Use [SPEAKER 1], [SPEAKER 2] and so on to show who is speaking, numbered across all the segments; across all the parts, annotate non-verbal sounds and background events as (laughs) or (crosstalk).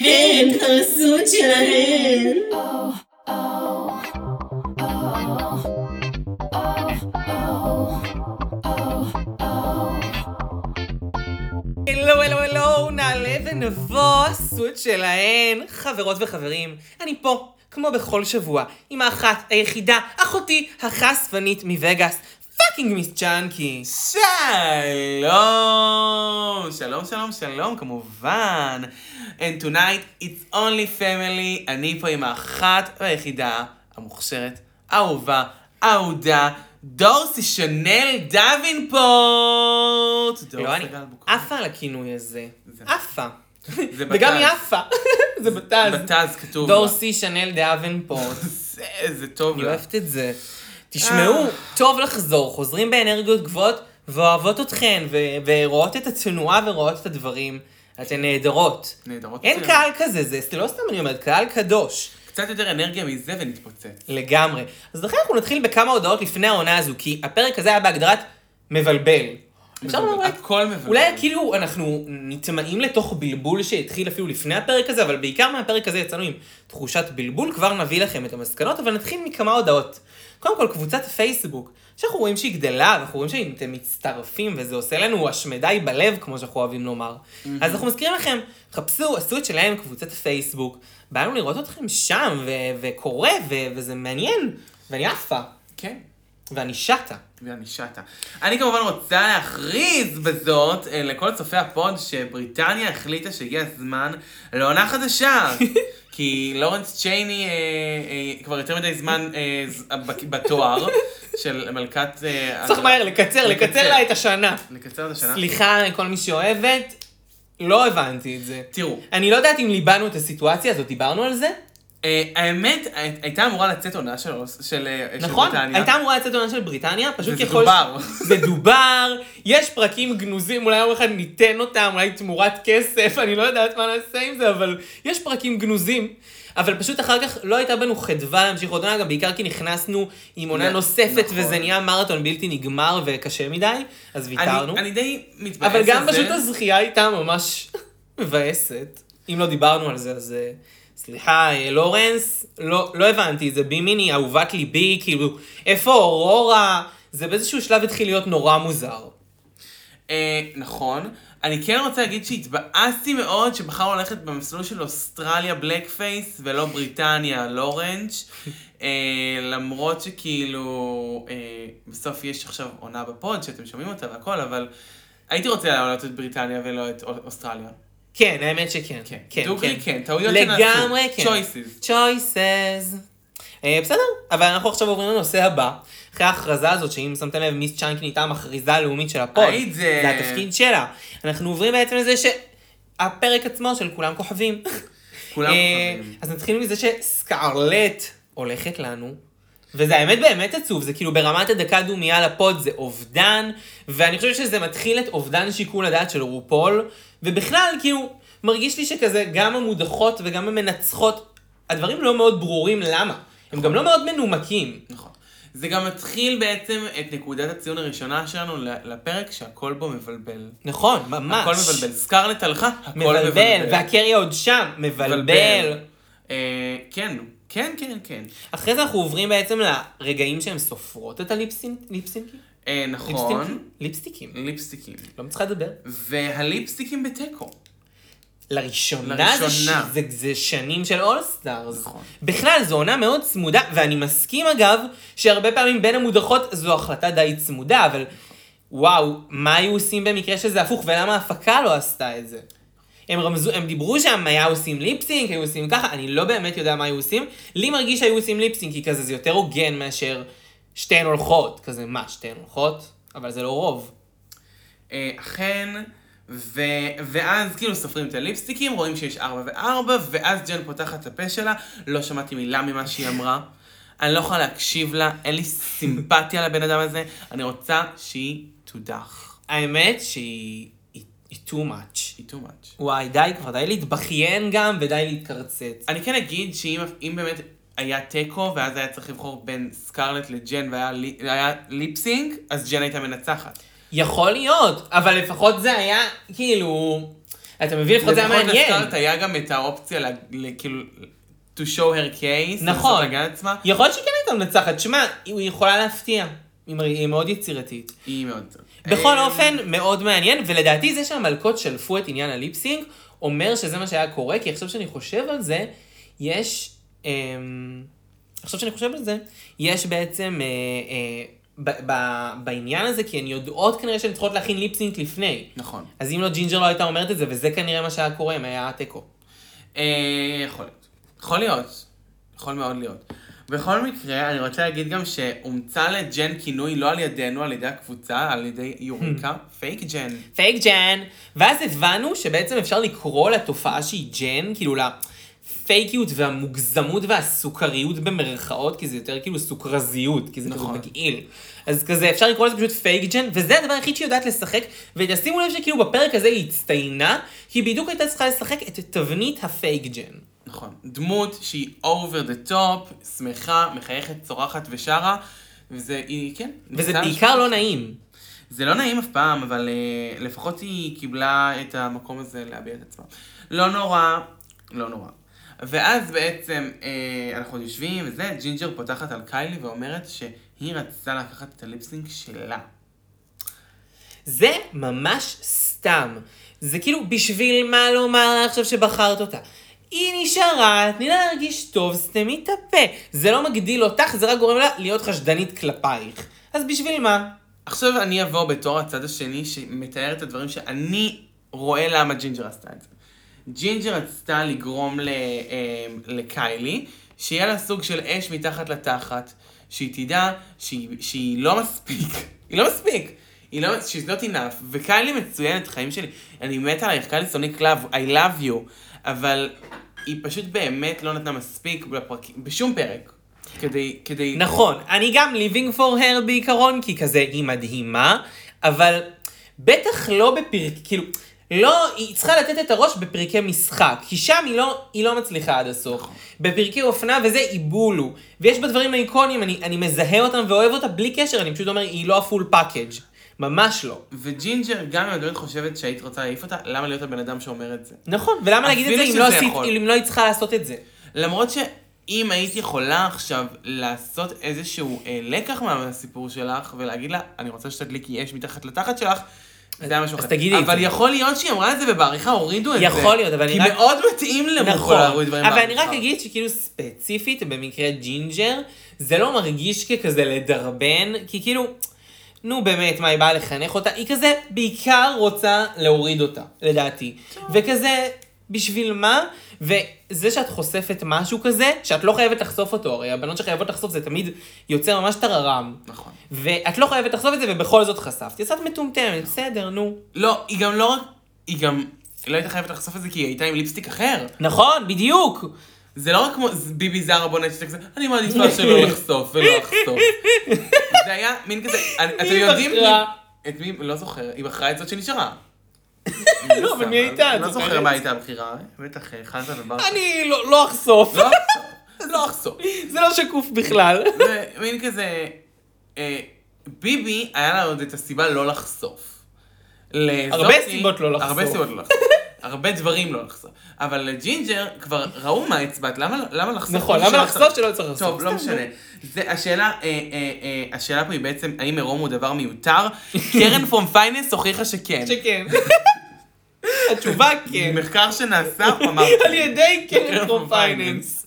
[SPEAKER 1] הן הזוג שלהן.
[SPEAKER 2] הלו, הלו, הלו, נעלה ונבוא, הסוד שלהן. חברות וחברים, אני פה, כמו בכל שבוע, עם האחת, היחידה, אחותי, החשפנית מווגאס, פאקינג מיס צ'אנקי.
[SPEAKER 3] לא שלום! שלום, שלום, שלום, כמובן. And tonight it's only family. אני פה עם האחת והיחידה, המוכשרת, האהובה, האהודה, דורסי שנל דווינפורט. דורסי
[SPEAKER 2] לא, אני
[SPEAKER 3] גלבוקר.
[SPEAKER 2] עפה על הכינוי הזה.
[SPEAKER 3] זה-
[SPEAKER 2] עפה.
[SPEAKER 3] זה
[SPEAKER 2] וגם היא
[SPEAKER 3] בטז.
[SPEAKER 2] עפה. (laughs) זה בטז.
[SPEAKER 3] בטז כתוב.
[SPEAKER 2] דורסי שנל דאבנפורט.
[SPEAKER 3] זה, זה טוב
[SPEAKER 2] אני
[SPEAKER 3] לה.
[SPEAKER 2] אוהבת את זה. תשמעו, טוב לחזור, חוזרים באנרגיות גבוהות ואוהבות אתכן, ו- ורואות את התנועה ורואות את הדברים. אתן נהדרות.
[SPEAKER 3] נהדרות.
[SPEAKER 2] אין
[SPEAKER 3] מצוין.
[SPEAKER 2] קהל כזה, זה זה לא סתם אני אומרת, קהל קדוש.
[SPEAKER 3] קצת יותר אנרגיה מזה ונתפוצץ.
[SPEAKER 2] לגמרי. אז לכן אנחנו נתחיל בכמה הודעות לפני העונה הזו, כי הפרק הזה היה בהגדרת מבלבל. אפשר לומר, אולי-
[SPEAKER 3] הכל מבלבל.
[SPEAKER 2] אולי כאילו אנחנו נטמעים לתוך בלבול שהתחיל אפילו לפני הפרק הזה, אבל בעיקר מהפרק הזה יצאנו עם תחושת בלבול, כבר נביא לכם את המסקנות, אבל נתחיל מכמה הודעות. קודם כל, קבוצת פייסבוק, שאנחנו רואים שהיא גדלה, ואנחנו רואים שאתם מצטרפים, וזה עושה לנו השמדי בלב, כמו שאנחנו אוהבים לומר. אז אנחנו מזכירים לכם, חפשו, עשו את שלהם, קבוצת פייסבוק. בא לנו לראות אתכם שם, ו- וקורה, ו- וזה מעניין, ואני עפה,
[SPEAKER 3] כן.
[SPEAKER 2] ואני שטה.
[SPEAKER 3] ואני שטה. אני כמובן רוצה להכריז בזאת אה, לכל צופי הפוד שבריטניה החליטה שהגיע הזמן לעונה
[SPEAKER 2] (laughs)
[SPEAKER 3] חדשה. כי לורנס צ'ייני אה, אה, כבר יותר מדי זמן אה, ז- ב- בתואר של מלכת... אה,
[SPEAKER 2] צריך מהר לקצר, לקצר
[SPEAKER 3] לקצר.
[SPEAKER 2] לה את השנה.
[SPEAKER 3] לקצר את השנה.
[SPEAKER 2] סליחה לכל מי שאוהבת, לא הבנתי את זה.
[SPEAKER 3] תראו,
[SPEAKER 2] אני לא יודעת אם ליבנו את הסיטואציה הזאת, דיברנו על זה?
[SPEAKER 3] אה, האמת, הי- הייתה אמורה לצאת עונה של אוס- של, אה, של
[SPEAKER 2] נכון,
[SPEAKER 3] בריטניה.
[SPEAKER 2] הייתה אמורה לצאת עונה של בריטניה, פשוט
[SPEAKER 3] וזה
[SPEAKER 2] ככל...
[SPEAKER 3] דובר.
[SPEAKER 2] זה דובר, יש פרקים גנוזים, אולי יום אחד ניתן אותם, אולי תמורת כסף, אני לא יודעת מה נעשה עם זה, אבל יש פרקים גנוזים. אבל פשוט אחר כך לא הייתה בנו חדווה להמשיך עוד עונה, גם בעיקר כי נכנסנו עם עונה
[SPEAKER 3] נ-
[SPEAKER 2] נוספת,
[SPEAKER 3] נכון.
[SPEAKER 2] וזה נהיה מרתון בלתי נגמר וקשה מדי, אז ויתרנו.
[SPEAKER 3] אני, אני די מתבאס
[SPEAKER 2] אבל גם
[SPEAKER 3] על זה.
[SPEAKER 2] פשוט הזכייה הייתה ממש מבאסת. אם לא דיברנו על זה, אז אה, סליחה, אה, לורנס, לא, לא הבנתי, זה בימיני אהובת ליבי, כאילו, איפה אורורה? זה באיזשהו שלב התחיל להיות נורא מוזר.
[SPEAKER 3] אה, נכון. אני כן רוצה להגיד שהתבאסתי מאוד שבחר הולכת במסלול של אוסטרליה בלק פייס ולא בריטניה לורנג'. אה, למרות שכאילו, אה, בסוף יש עכשיו עונה בפוד שאתם שומעים אותה והכל, אבל הייתי רוצה להעלות את בריטניה ולא את אוס- אוסטרליה.
[SPEAKER 2] כן, האמת שכן.
[SPEAKER 3] כן. דוגרי כן, טעויות שנעשו.
[SPEAKER 2] לגמרי כן.
[SPEAKER 3] Choices.
[SPEAKER 2] choices. אה, בסדר, אבל אנחנו עכשיו עוברים לנושא הבא. אחרי ההכרזה הזאת, שאם שמתם לב, מיס צ'אנקין הייתה המכריזה הלאומית של הפוד.
[SPEAKER 3] היית זה.
[SPEAKER 2] זה התפקיד שלה. אנחנו עוברים בעצם לזה שהפרק עצמו של כולם כוכבים. (laughs)
[SPEAKER 3] כולם
[SPEAKER 2] אה,
[SPEAKER 3] כוכבים.
[SPEAKER 2] אז נתחיל מזה שסקארלט הולכת לנו. וזה האמת באמת עצוב, זה כאילו ברמת הדקה דומייה לפוד זה אובדן, ואני חושבת שזה מתחיל את אובדן שיקול הדעת של רופול, ובכלל כאילו מרגיש לי שכזה גם המודחות וגם המנצחות, הדברים לא מאוד ברורים למה, הם גם לא מאוד מנומקים.
[SPEAKER 3] נכון. זה גם מתחיל בעצם את נקודת הציון הראשונה שלנו ל- לפרק שהכל בו מבלבל.
[SPEAKER 2] נכון, ממש.
[SPEAKER 3] הכל מבלבל. סקרלט הלכה, הכל מבלבל.
[SPEAKER 2] מבלבל, והקריה עוד שם, מבלבל.
[SPEAKER 3] אה, כן, כן, כן, כן.
[SPEAKER 2] אחרי זה אנחנו עוברים בעצם לרגעים שהן סופרות את הליפסינקים.
[SPEAKER 3] אה, נכון.
[SPEAKER 2] ליפסטיקים.
[SPEAKER 3] ליפסטיקים.
[SPEAKER 2] לא מצליחה לדבר.
[SPEAKER 3] והליפסטיקים בתיקו.
[SPEAKER 2] לראשונה, זה, ש...
[SPEAKER 3] לראשונה.
[SPEAKER 2] זה, זה שנים של אולסטארס.
[SPEAKER 3] נכון.
[SPEAKER 2] בכלל, זו עונה מאוד צמודה, ואני מסכים אגב, שהרבה פעמים בין המודחות זו החלטה די צמודה, אבל וואו, מה היו עושים במקרה שזה הפוך, ולמה ההפקה לא עשתה את זה? הם רמזו, הם דיברו שם, היה עושים ליפסינק, היו עושים ככה, אני לא באמת יודע מה היו עושים. לי מרגיש שהיו עושים ליפסינק, כי כזה זה יותר הוגן מאשר שתיהן הולכות. כזה, מה, שתיהן הולכות? אבל זה לא רוב.
[SPEAKER 3] אה, אכן. ו... ואז כאילו סופרים את הליפסטיקים, רואים שיש ארבע וארבע, ואז ג'ן פותחת את הפה שלה, לא שמעתי מילה ממה שהיא אמרה. אני לא יכולה להקשיב לה, אין לי סימפתיה לבן אדם הזה, אני רוצה שהיא תודח.
[SPEAKER 2] האמת שהיא היא- היא too much.
[SPEAKER 3] היא too much.
[SPEAKER 2] וואי, די כבר, די להתבכיין גם ודי להתקרצץ.
[SPEAKER 3] אני כן אגיד שאם אם באמת היה תיקו, ואז היה צריך לבחור בין סקרלט לג'ן והיה לי, היה ליפסינג, אז ג'ן הייתה מנצחת.
[SPEAKER 2] יכול להיות, אבל לפחות זה היה, כאילו... אתה מבין לפחות זה היה מעניין.
[SPEAKER 3] לפחות לסקארט היה גם את האופציה, ל- ל- כאילו, to show her case.
[SPEAKER 2] נכון.
[SPEAKER 3] לנסות להגן עצמה.
[SPEAKER 2] יכול להיות שהיא כן הייתה מנצחת, שמע, היא יכולה להפתיע. היא מרי- היא מאוד יצירתית.
[SPEAKER 3] היא מאוד אה, טוב.
[SPEAKER 2] בכל אופן, מאוד מעניין, ולדעתי זה שהמלכות שלפו את עניין הליפסינג, אומר שזה מה שהיה קורה, כי עכשיו שאני חושב על זה, יש... אמ, עכשיו שאני חושב על זה, יש בעצם אה, אה, ב- ב- בעניין הזה, כי הן יודעות כנראה שהן צריכות להכין ליפסינג לפני.
[SPEAKER 3] נכון.
[SPEAKER 2] אז אם לא, ג'ינג'ר לא הייתה אומרת את זה, וזה כנראה מה שהיה קורה אם היה תיקו.
[SPEAKER 3] אה, יכול להיות. יכול להיות. יכול מאוד להיות. בכל מקרה, אני רוצה להגיד גם שהומצא לג'ן כינוי לא על ידינו, על ידי הקבוצה, על ידי יוריקה,
[SPEAKER 2] Hmm.
[SPEAKER 3] פייק ג'ן.
[SPEAKER 2] פייק ג'ן. ואז הבנו שבעצם אפשר לקרוא לתופעה שהיא ג'ן, כאילו לפייקיות והמוגזמות והסוכריות במרכאות, כי זה יותר כאילו סוכרזיות, כי זה
[SPEAKER 3] נכון.
[SPEAKER 2] נכון. כזה מגעיל. אז כזה אפשר לקרוא לזה פשוט פייק ג'ן, וזה הדבר היחיד שהיא יודעת לשחק, ותשימו לב שכאילו בפרק הזה היא הצטיינה, כי היא בדיוק הייתה צריכה לשחק את תבנית הפייק ג'ן.
[SPEAKER 3] נכון. דמות שהיא over the top, שמחה, מחייכת, צורחת ושרה, וזה, היא, כן.
[SPEAKER 2] וזה
[SPEAKER 3] ניסתה
[SPEAKER 2] בעיקר לא נעים.
[SPEAKER 3] זה לא נעים אף פעם, אבל uh, לפחות היא קיבלה את המקום הזה להביע את עצמה. לא נורא, לא נורא. ואז בעצם uh, אנחנו יושבים וזה, ג'ינג'ר פותחת על קיילי ואומרת שהיא רצתה לקחת את הליפסינג שלה.
[SPEAKER 2] זה ממש סתם. זה כאילו, בשביל מה לומר לה עכשיו שבחרת אותה? היא נשארה, תני לה להרגיש טוב, סתמי את הפה. זה לא מגדיל אותך, זה רק גורם לה להיות חשדנית כלפייך. אז בשביל מה?
[SPEAKER 3] עכשיו אני אבוא בתור הצד השני שמתאר את הדברים שאני רואה למה ג'ינג'ר עשתה את זה. ג'ינג'ר רצתה לגרום ל, אה, לקיילי שיהיה לה סוג של אש מתחת לתחת, שהיא תדע שהיא, שהיא לא מספיק, (laughs) היא לא מספיק, היא לא, she's not enough, וקיילי מצוינת, חיים שלי, אני מתה עלייך, קיילי סוניק לאב, I love you, אבל היא פשוט באמת לא נתנה מספיק בפרק, בשום פרק, כדי, כדי,
[SPEAKER 2] נכון, אני גם living for her בעיקרון, כי כזה היא מדהימה, אבל בטח לא בפרק, כאילו, לא, היא צריכה לתת את הראש בפרקי משחק, כי שם היא לא, היא לא מצליחה עד הסוף. בפרקי אופנה וזה היא בולו, ויש בה דברים איקונים, אני, אני מזהה אותם ואוהב אותה בלי קשר, אני פשוט אומר, היא לא הפול פאקג', ממש לא.
[SPEAKER 3] וג'ינג'ר, גם אם את באמת חושבת שהיית רוצה להעיף אותה, למה להיות הבן אדם שאומר את זה?
[SPEAKER 2] נכון, ולמה להגיד את זה
[SPEAKER 3] אפילו
[SPEAKER 2] אם לא,
[SPEAKER 3] שזה
[SPEAKER 2] עשית,
[SPEAKER 3] יכול.
[SPEAKER 2] אם לא היית צריכה לעשות את זה?
[SPEAKER 3] למרות שאם היית יכולה עכשיו לעשות איזשהו אה, לקח מהסיפור שלך, ולהגיד לה, אני רוצה שתדליקי אש מתחת לתחת שלך, זה היה משהו
[SPEAKER 2] אז
[SPEAKER 3] אחר.
[SPEAKER 2] תגידי את
[SPEAKER 3] אבל
[SPEAKER 2] זה.
[SPEAKER 3] יכול להיות שהיא אמרה את זה ובעריכה הורידו את זה.
[SPEAKER 2] יכול להיות, אבל
[SPEAKER 3] כי
[SPEAKER 2] אני רק-
[SPEAKER 3] מאוד מתאים למוכו להוריד דברים
[SPEAKER 2] נכון. אבל אני
[SPEAKER 3] בעריכה.
[SPEAKER 2] רק אגיד שכאילו ספציפית, במקרה ג'ינג'ר, זה לא מרגיש ככזה לדרבן, כי כאילו, נו באמת, מה היא באה לחנך אותה? היא כזה בעיקר רוצה להוריד אותה, לדעתי. וכזה, בשביל מה? וזה שאת חושפת משהו כזה, שאת לא חייבת לחשוף אותו, הרי הבנות שחייבות לחשוף זה תמיד יוצר ממש טררם.
[SPEAKER 3] נכון.
[SPEAKER 2] ואת לא חייבת לחשוף את זה, ובכל זאת חשפת. יצאת מטומטמת, בסדר, נו.
[SPEAKER 3] לא, היא גם לא רק... היא גם... היא לא הייתה חייבת לחשוף את זה כי היא הייתה עם ליפסטיק אחר.
[SPEAKER 2] נכון, בדיוק.
[SPEAKER 3] זה לא רק כמו ז- ביבי זרה בונה שתק זה, אני מעדיפה שלא לא לחשוף ולא אחשוף. זה היה מין כזה, אני- אתם
[SPEAKER 2] היא
[SPEAKER 3] יודעים
[SPEAKER 2] בחרה?
[SPEAKER 3] מי... את מי, לא זוכר, היא בחרה את זאת שנשארה.
[SPEAKER 2] לא, אבל מי הייתה? את
[SPEAKER 3] לא זוכר
[SPEAKER 2] זוכרת?
[SPEAKER 3] מה הייתה הבחירה, בטח אה, חזן ובר.
[SPEAKER 2] אני לא לא אחשוף.
[SPEAKER 3] לא אחשוף, לא אחשוף.
[SPEAKER 2] זה לא שקוף בכלל.
[SPEAKER 3] זה מין כזה, אה, ביבי, היה לה עוד את הסיבה לא לחשוף. לזאתי-
[SPEAKER 2] הרבה סיבות לא לחשוף.
[SPEAKER 3] הרבה סיבות לא לחשוף. הרבה דברים לא לחשוף. אבל לג'ינג'ר כבר ראו מה הצבעת, למה למה לחשוף?
[SPEAKER 2] נכון,
[SPEAKER 3] שלא
[SPEAKER 2] למה
[SPEAKER 3] צריך?
[SPEAKER 2] לחשוף שלא צריך לחשוף?
[SPEAKER 3] טוב, לא משנה. זה, השאלה, אה, אה, אה, השאלה פה היא בעצם, האם עירום הוא דבר מיותר? (laughs) קרן פרום פייננס הוכיחה שכן.
[SPEAKER 2] שכן. כן. (laughs) התשובה כן.
[SPEAKER 3] מחקר שנעשה, הוא אמר...
[SPEAKER 2] (laughs) על ידי
[SPEAKER 3] קרן
[SPEAKER 2] קרן
[SPEAKER 3] פרום (laughs)
[SPEAKER 2] פרום פייננס.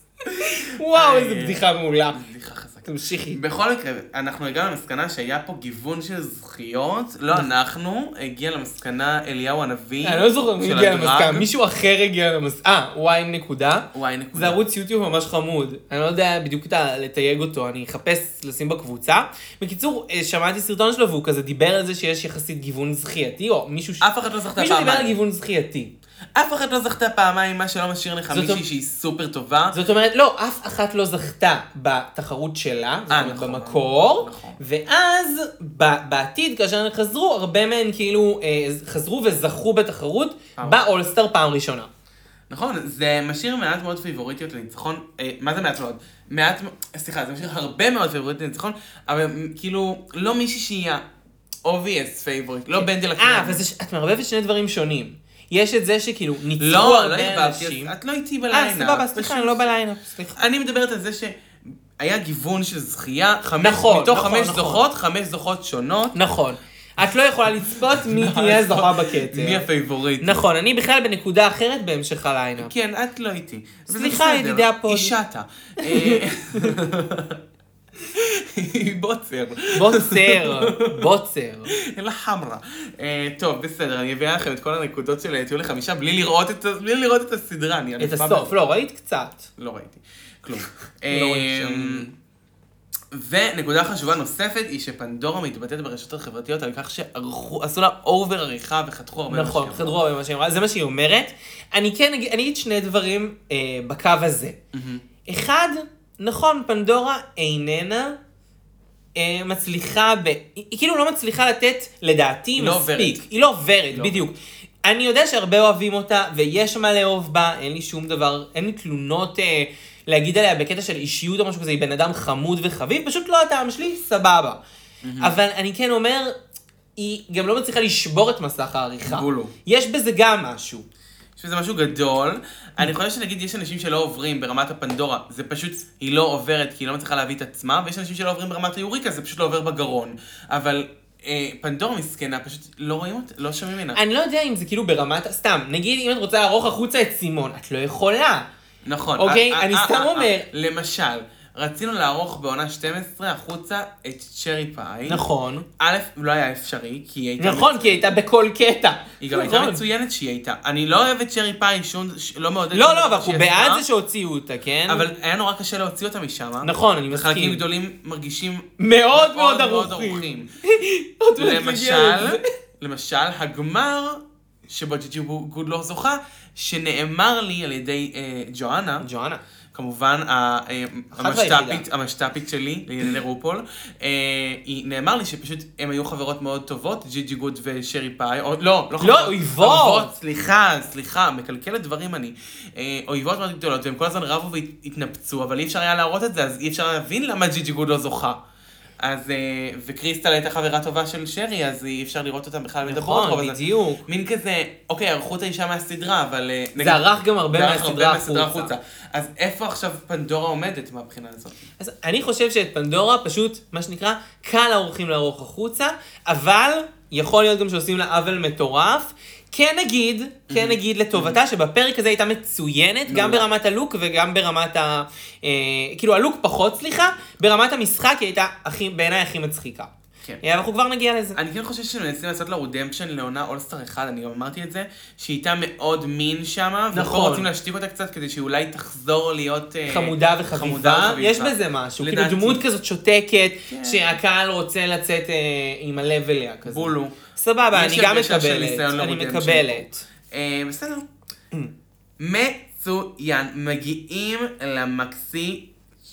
[SPEAKER 2] וואו, איזה
[SPEAKER 3] כן, אה.
[SPEAKER 2] בדיחה מעולה.
[SPEAKER 3] בדיחה חזקה.
[SPEAKER 2] תמשיכי.
[SPEAKER 3] בכל מקרה, אנחנו הגענו למסקנה שהיה פה גיוון של זכיות, לא אנחנו, הגיע למסקנה אליהו הנביא.
[SPEAKER 2] אני נכון. לא זוכר מי
[SPEAKER 3] של
[SPEAKER 2] הגיע
[SPEAKER 3] הדרג.
[SPEAKER 2] למסקנה, מישהו אחר הגיע למסקנה. אה, וואי נקודה.
[SPEAKER 3] וואי, נקודה.
[SPEAKER 2] זה ערוץ יוטיוב ממש חמוד, אני לא יודע בדיוק את ה- לתייג אותו, אני אחפש לשים בקבוצה. בקיצור, אה, שמעתי סרטון שלו והוא כזה דיבר על זה שיש יחסית גיוון זכייתי, או מישהו ש...
[SPEAKER 3] אף אחת לא זכתה
[SPEAKER 2] מישהו דיבר על
[SPEAKER 3] פעמיים.
[SPEAKER 2] גיוון זכייתי.
[SPEAKER 3] אף אחת לא זכתה פעמיים, מה שלא משאיר לך
[SPEAKER 2] זאת
[SPEAKER 3] מישהי
[SPEAKER 2] אומרת-
[SPEAKER 3] שהיא סופר טובה.
[SPEAKER 2] זאת אומרת, לא, אף אחת לא זכתה בתחרות שלה, זאת
[SPEAKER 3] אה,
[SPEAKER 2] אומרת,
[SPEAKER 3] נכון,
[SPEAKER 2] במקור,
[SPEAKER 3] נכון.
[SPEAKER 2] ואז ב- בעתיד, כאשר הן חזרו, הרבה מהן כאילו אה, חזרו וזכו בתחרות
[SPEAKER 3] פעם.
[SPEAKER 2] באולסטר פעם ראשונה.
[SPEAKER 3] נכון, זה משאיר מעט מאוד פייבוריטיות לניצחון, אה, מה זה מעט מאוד? מעט, מ- סליחה, זה משאיר הרבה מאוד פייבוריטיות לניצחון, אבל מ- כאילו, לא מישהי שהיא ה-obvious פייבוריט, לא בנדל
[SPEAKER 2] אה,
[SPEAKER 3] הקרן.
[SPEAKER 2] אבל זה ש- את מערבבת שני דברים שונים. יש את זה שכאילו ניצחו
[SPEAKER 3] לא, לא
[SPEAKER 2] הרבה
[SPEAKER 3] ערבבתי,
[SPEAKER 2] אנשים.
[SPEAKER 3] את לא איתי
[SPEAKER 2] אה,
[SPEAKER 3] בליינאפ.
[SPEAKER 2] סבבה, סליחה, אני לא בליינאפ, סליחה.
[SPEAKER 3] אני מדברת על זה שהיה גיוון של זכייה, חמש,
[SPEAKER 2] נכון,
[SPEAKER 3] מתוך
[SPEAKER 2] נכון,
[SPEAKER 3] חמש
[SPEAKER 2] נכון.
[SPEAKER 3] זוכות, חמש זוכות שונות.
[SPEAKER 2] נכון. את לא יכולה לצפות
[SPEAKER 3] (laughs)
[SPEAKER 2] מי תהיה הזוכה בכתר.
[SPEAKER 3] לא. מי הפייבוריט?
[SPEAKER 2] נכון, אני בכלל בנקודה אחרת בהמשך
[SPEAKER 3] (laughs)
[SPEAKER 2] הליינאפ.
[SPEAKER 3] כן, את לא איתי. וזה
[SPEAKER 2] סליחה,
[SPEAKER 3] בסדר.
[SPEAKER 2] ידידי הפוד.
[SPEAKER 3] היא שטה. אה, (laughs) היא בוצר.
[SPEAKER 2] בוצר, בוצר.
[SPEAKER 3] אין לה חמרה. אה, טוב, בסדר, אני אביא לכם את כל הנקודות של אה, טיול לחמישה בלי לראות את ה- בלי לראות את הסדרה. אני
[SPEAKER 2] את
[SPEAKER 3] ענפה
[SPEAKER 2] הסוף,
[SPEAKER 3] בזה.
[SPEAKER 2] לא, ראית קצת.
[SPEAKER 3] לא ראיתי.
[SPEAKER 2] (laughs)
[SPEAKER 3] כלום.
[SPEAKER 2] לא רואים
[SPEAKER 3] אמ, ונקודה חשובה נוספת היא שפנדורה מתבטאת ברשתות החברתיות על כך שערכו, עשו לה אובר עריכה וחתכו הרבה
[SPEAKER 2] נכון,
[SPEAKER 3] נשים.
[SPEAKER 2] חדרו הרבה מה שהיא אמרה, זה מה שהיא אומרת. אני כן אגיד, אני אגיד שני דברים אה, בקו הזה. אחד, נכון, פנדורה איננה אה, מצליחה, ב... היא היא כאילו לא מצליחה לתת, לדעתי,
[SPEAKER 3] היא
[SPEAKER 2] מספיק.
[SPEAKER 3] לא עוברת.
[SPEAKER 2] היא לא עוברת,
[SPEAKER 3] לא.
[SPEAKER 2] בדיוק. אני יודע שהרבה אוהבים אותה, ויש מה לאהוב בה, אין לי שום דבר, אין לי תלונות אה, להגיד עליה בקטע של אישיות או משהו כזה, היא בן אדם חמוד וחביב, פשוט לא הטעם שלי, סבבה. אבל אני כן אומר, היא גם לא מצליחה לשבור את מסך העריכה.
[SPEAKER 3] בולו.
[SPEAKER 2] יש בזה גם משהו.
[SPEAKER 3] יש בזה משהו גדול. אני חושב שנגיד יש אנשים שלא עוברים ברמת הפנדורה, זה פשוט, היא לא עוברת כי היא לא מצליחה להביא את עצמה, ויש אנשים שלא עוברים ברמת היוריקה, זה פשוט לא עובר בגרון. אבל אה, פנדורה מסכנה, פשוט לא רואים אותה, לא שומעים ממנה.
[SPEAKER 2] אני לא יודע אם זה כאילו ברמת, סתם, נגיד אם את רוצה לערוך החוצה את סימון, את לא יכולה.
[SPEAKER 3] נכון.
[SPEAKER 2] אוקיי,
[SPEAKER 3] אה, אה,
[SPEAKER 2] אני
[SPEAKER 3] אה,
[SPEAKER 2] סתם
[SPEAKER 3] אה, אה.
[SPEAKER 2] אומר.
[SPEAKER 3] למשל, רצינו לערוך בעונה 12 החוצה את צ'רי פאי.
[SPEAKER 2] נכון.
[SPEAKER 3] א', לא היה אפשרי, כי היא הייתה...
[SPEAKER 2] נכון, כי היא הייתה בכל קטע.
[SPEAKER 3] היא גם הייתה
[SPEAKER 2] נכון.
[SPEAKER 3] מצוינת שהיא הייתה. אני לא אוהבת צ'רי פאי, שום... ש- לא מעודדת...
[SPEAKER 2] לא,
[SPEAKER 3] שום
[SPEAKER 2] לא,
[SPEAKER 3] דבר
[SPEAKER 2] אבל אנחנו
[SPEAKER 3] שהיא
[SPEAKER 2] בעד
[SPEAKER 3] עשתה,
[SPEAKER 2] זה שהוציאו אותה, כן?
[SPEAKER 3] אבל היה נורא קשה להוציא אותה משם.
[SPEAKER 2] נכון, אני
[SPEAKER 3] חלקים
[SPEAKER 2] מסכים.
[SPEAKER 3] גדולים מרגישים
[SPEAKER 2] מאוד מאוד ערוכים. (laughs) עוד מעט נגיע
[SPEAKER 3] למשל,
[SPEAKER 2] לזה.
[SPEAKER 3] למשל, הגמר שבו ג'י ג'י גוד לא זוכה, שנאמר לי על ידי אה, ג'ואנה,
[SPEAKER 2] ג'ואנה.
[SPEAKER 3] כמובן, ה- אה,
[SPEAKER 2] והיחידה.
[SPEAKER 3] המשת"פית, המשת"פית שלי, לענייני רופול, אה, היא- נאמר לי שפשוט הן היו חברות מאוד טובות, ג'י ג'י גוד ושרי פאי, או לא, לא חברות,
[SPEAKER 2] אויבות.
[SPEAKER 3] סליחה, סליחה, מקלקלת דברים אני. אה, אויבות מאוד גדולות, והם כל הזמן רבו והתנפצו, אבל אי אפשר היה להראות את זה, אז אי אפשר להבין למה ג'י ג'י גוד לא זוכה. אז, אה, וקריסטל הייתה חברה טובה של שרי, אז אי אפשר לראות אותם בכלל מדברות.
[SPEAKER 2] נכון,
[SPEAKER 3] טוב, אז
[SPEAKER 2] בדיוק.
[SPEAKER 3] מין כזה, אוקיי, ערכו את האישה מהסדרה, אבל... אה, נגיד-
[SPEAKER 2] זה ערך גם הרבה
[SPEAKER 3] זה ערך
[SPEAKER 2] מהסדרה החוצה.
[SPEAKER 3] אז איפה עכשיו פנדורה עומדת מהבחינה הזאת?
[SPEAKER 2] אז אני חושב שאת פנדורה פשוט, מה שנקרא, קל לאורחים לערוך החוצה, אבל יכול להיות גם שעושים לה עוול מטורף. כן נגיד, כן נגיד לטובתה, שבפרק הזה הייתה מצוינת, גם
[SPEAKER 3] מעולה.
[SPEAKER 2] ברמת הלוק וגם ברמת ה... אה, כאילו הלוק פחות, סליחה, ברמת המשחק היא הייתה הכי- בעיניי הכי מצחיקה.
[SPEAKER 3] כן.
[SPEAKER 2] אה, אנחנו כבר נגיע לזה.
[SPEAKER 3] אני כן חושב שהם מנסים לעשות לה רודמפשן לעונה אולסטאר 1, אני גם אמרתי את זה, שהיא הייתה מאוד מין שמה, ופה
[SPEAKER 2] נכון.
[SPEAKER 3] רוצים להשתיק אותה קצת כדי שאולי תחזור להיות... אה,
[SPEAKER 2] חמודה וחביבה,
[SPEAKER 3] וחביבה.
[SPEAKER 2] יש בזה משהו, כאילו
[SPEAKER 3] לדעתי.
[SPEAKER 2] דמות כזאת שותקת,
[SPEAKER 3] כן.
[SPEAKER 2] שהקהל רוצה לצאת אה, עם הלב אליה כזה.
[SPEAKER 3] בולו.
[SPEAKER 2] סבבה,
[SPEAKER 3] יש
[SPEAKER 2] אני גם
[SPEAKER 3] הרגשה של
[SPEAKER 2] מקבלת,
[SPEAKER 3] ניסיון
[SPEAKER 2] אני
[SPEAKER 3] לרודמפשן.
[SPEAKER 2] מקבלת.
[SPEAKER 3] אה, בסדר. מצוין, מגיעים למקסי,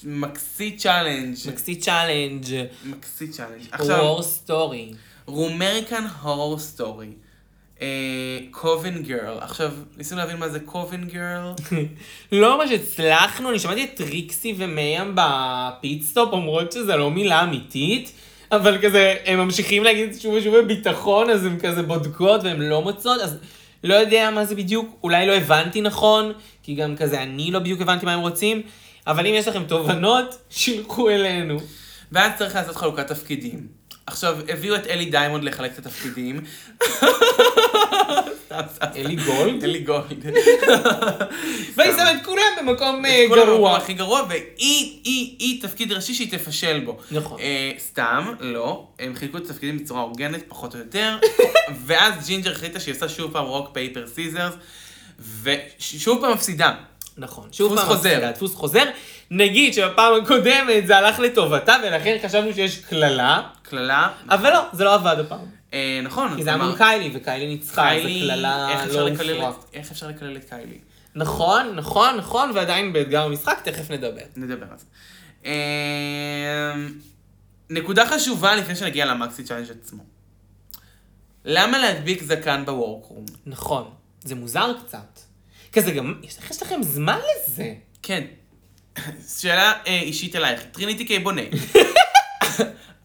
[SPEAKER 3] מקסי צ'אלנג'.
[SPEAKER 2] מקסי צ'אלנג',
[SPEAKER 3] מקסי צ'אלנג'. עכשיו,
[SPEAKER 2] וור סטורי.
[SPEAKER 3] רומריקן הורר סטורי. קובן גרל. אה, עכשיו, ניסו להבין מה זה קובן גרל.
[SPEAKER 2] (laughs) (laughs) לא ממש הצלחנו, אני שמעתי את טריקסי ומיים בפיטסטופ אומרות שזה לא מילה אמיתית, אבל כזה, הם ממשיכים להגיד את זה שוב ושוב בביטחון, אז הם כזה בודקות והן לא מוצאות, אז לא יודע מה זה בדיוק, אולי לא הבנתי נכון, כי גם כזה אני לא בדיוק הבנתי מה הם רוצים, אבל אם יש לכם תובנות, שילחו
[SPEAKER 3] (laughs)
[SPEAKER 2] אלינו.
[SPEAKER 3] ואז צריך לעשות חלוקת תפקידים. עכשיו, הביאו את אלי דיימונד לחלק את
[SPEAKER 2] (laughs)
[SPEAKER 3] התפקידים. סתם, סתם, סתם.
[SPEAKER 2] אלי גולד?
[SPEAKER 3] אלי גולד.
[SPEAKER 2] והיא שמה את כולם במקום אה,
[SPEAKER 3] כל המקום
[SPEAKER 2] גרוע.
[SPEAKER 3] הכי גרוע, והיא, היא, היא תפקיד ראשי שהיא תפשל בו.
[SPEAKER 2] נכון.
[SPEAKER 3] אה, סתם, לא. הם חילקו את התפקידים בצורה הוגנת, פחות או
[SPEAKER 2] (laughs)
[SPEAKER 3] יותר. ואז ג'ינג'ר החליטה שהיא עושה שוב פעם רוק פייפר סיזרס, ושוב פעם מפסידה.
[SPEAKER 2] נכון, שוב
[SPEAKER 3] דפוס
[SPEAKER 2] פעם
[SPEAKER 3] חוזר.
[SPEAKER 2] הפסיקה, דפוס חוזר. נגיד שבפעם הקודמת זה הלך לטובתה, ולכן חשבנו שיש קללה,
[SPEAKER 3] קללה.
[SPEAKER 2] אבל לא, זה לא עבד הפעם.
[SPEAKER 3] אה, נכון.
[SPEAKER 2] כי
[SPEAKER 3] אז
[SPEAKER 2] זה היה
[SPEAKER 3] אמר-
[SPEAKER 2] מול קיילי, וקיילי ניצחה, אז
[SPEAKER 3] קיילי,
[SPEAKER 2] זה קללה
[SPEAKER 3] איך אפשר
[SPEAKER 2] לא
[SPEAKER 3] לקלל את-
[SPEAKER 2] מופרעת.
[SPEAKER 3] איך אפשר לקלל את קיילי?
[SPEAKER 2] נכון, נכון, נכון, ועדיין באתגר המשחק, תכף נדבר.
[SPEAKER 3] נדבר על זה. אמ, נקודה חשובה לפני שנגיע למקסי צ'אלנג' עצמו. למה להדביק זקן בוורקרום?
[SPEAKER 2] נכון, זה מוזר קצת. כזה גם, יש לכם- יש לכם זמן לזה.
[SPEAKER 3] כן. שאלה אה, אישית אלייך, טריניטי קיי
[SPEAKER 2] (laughs)
[SPEAKER 3] בונה.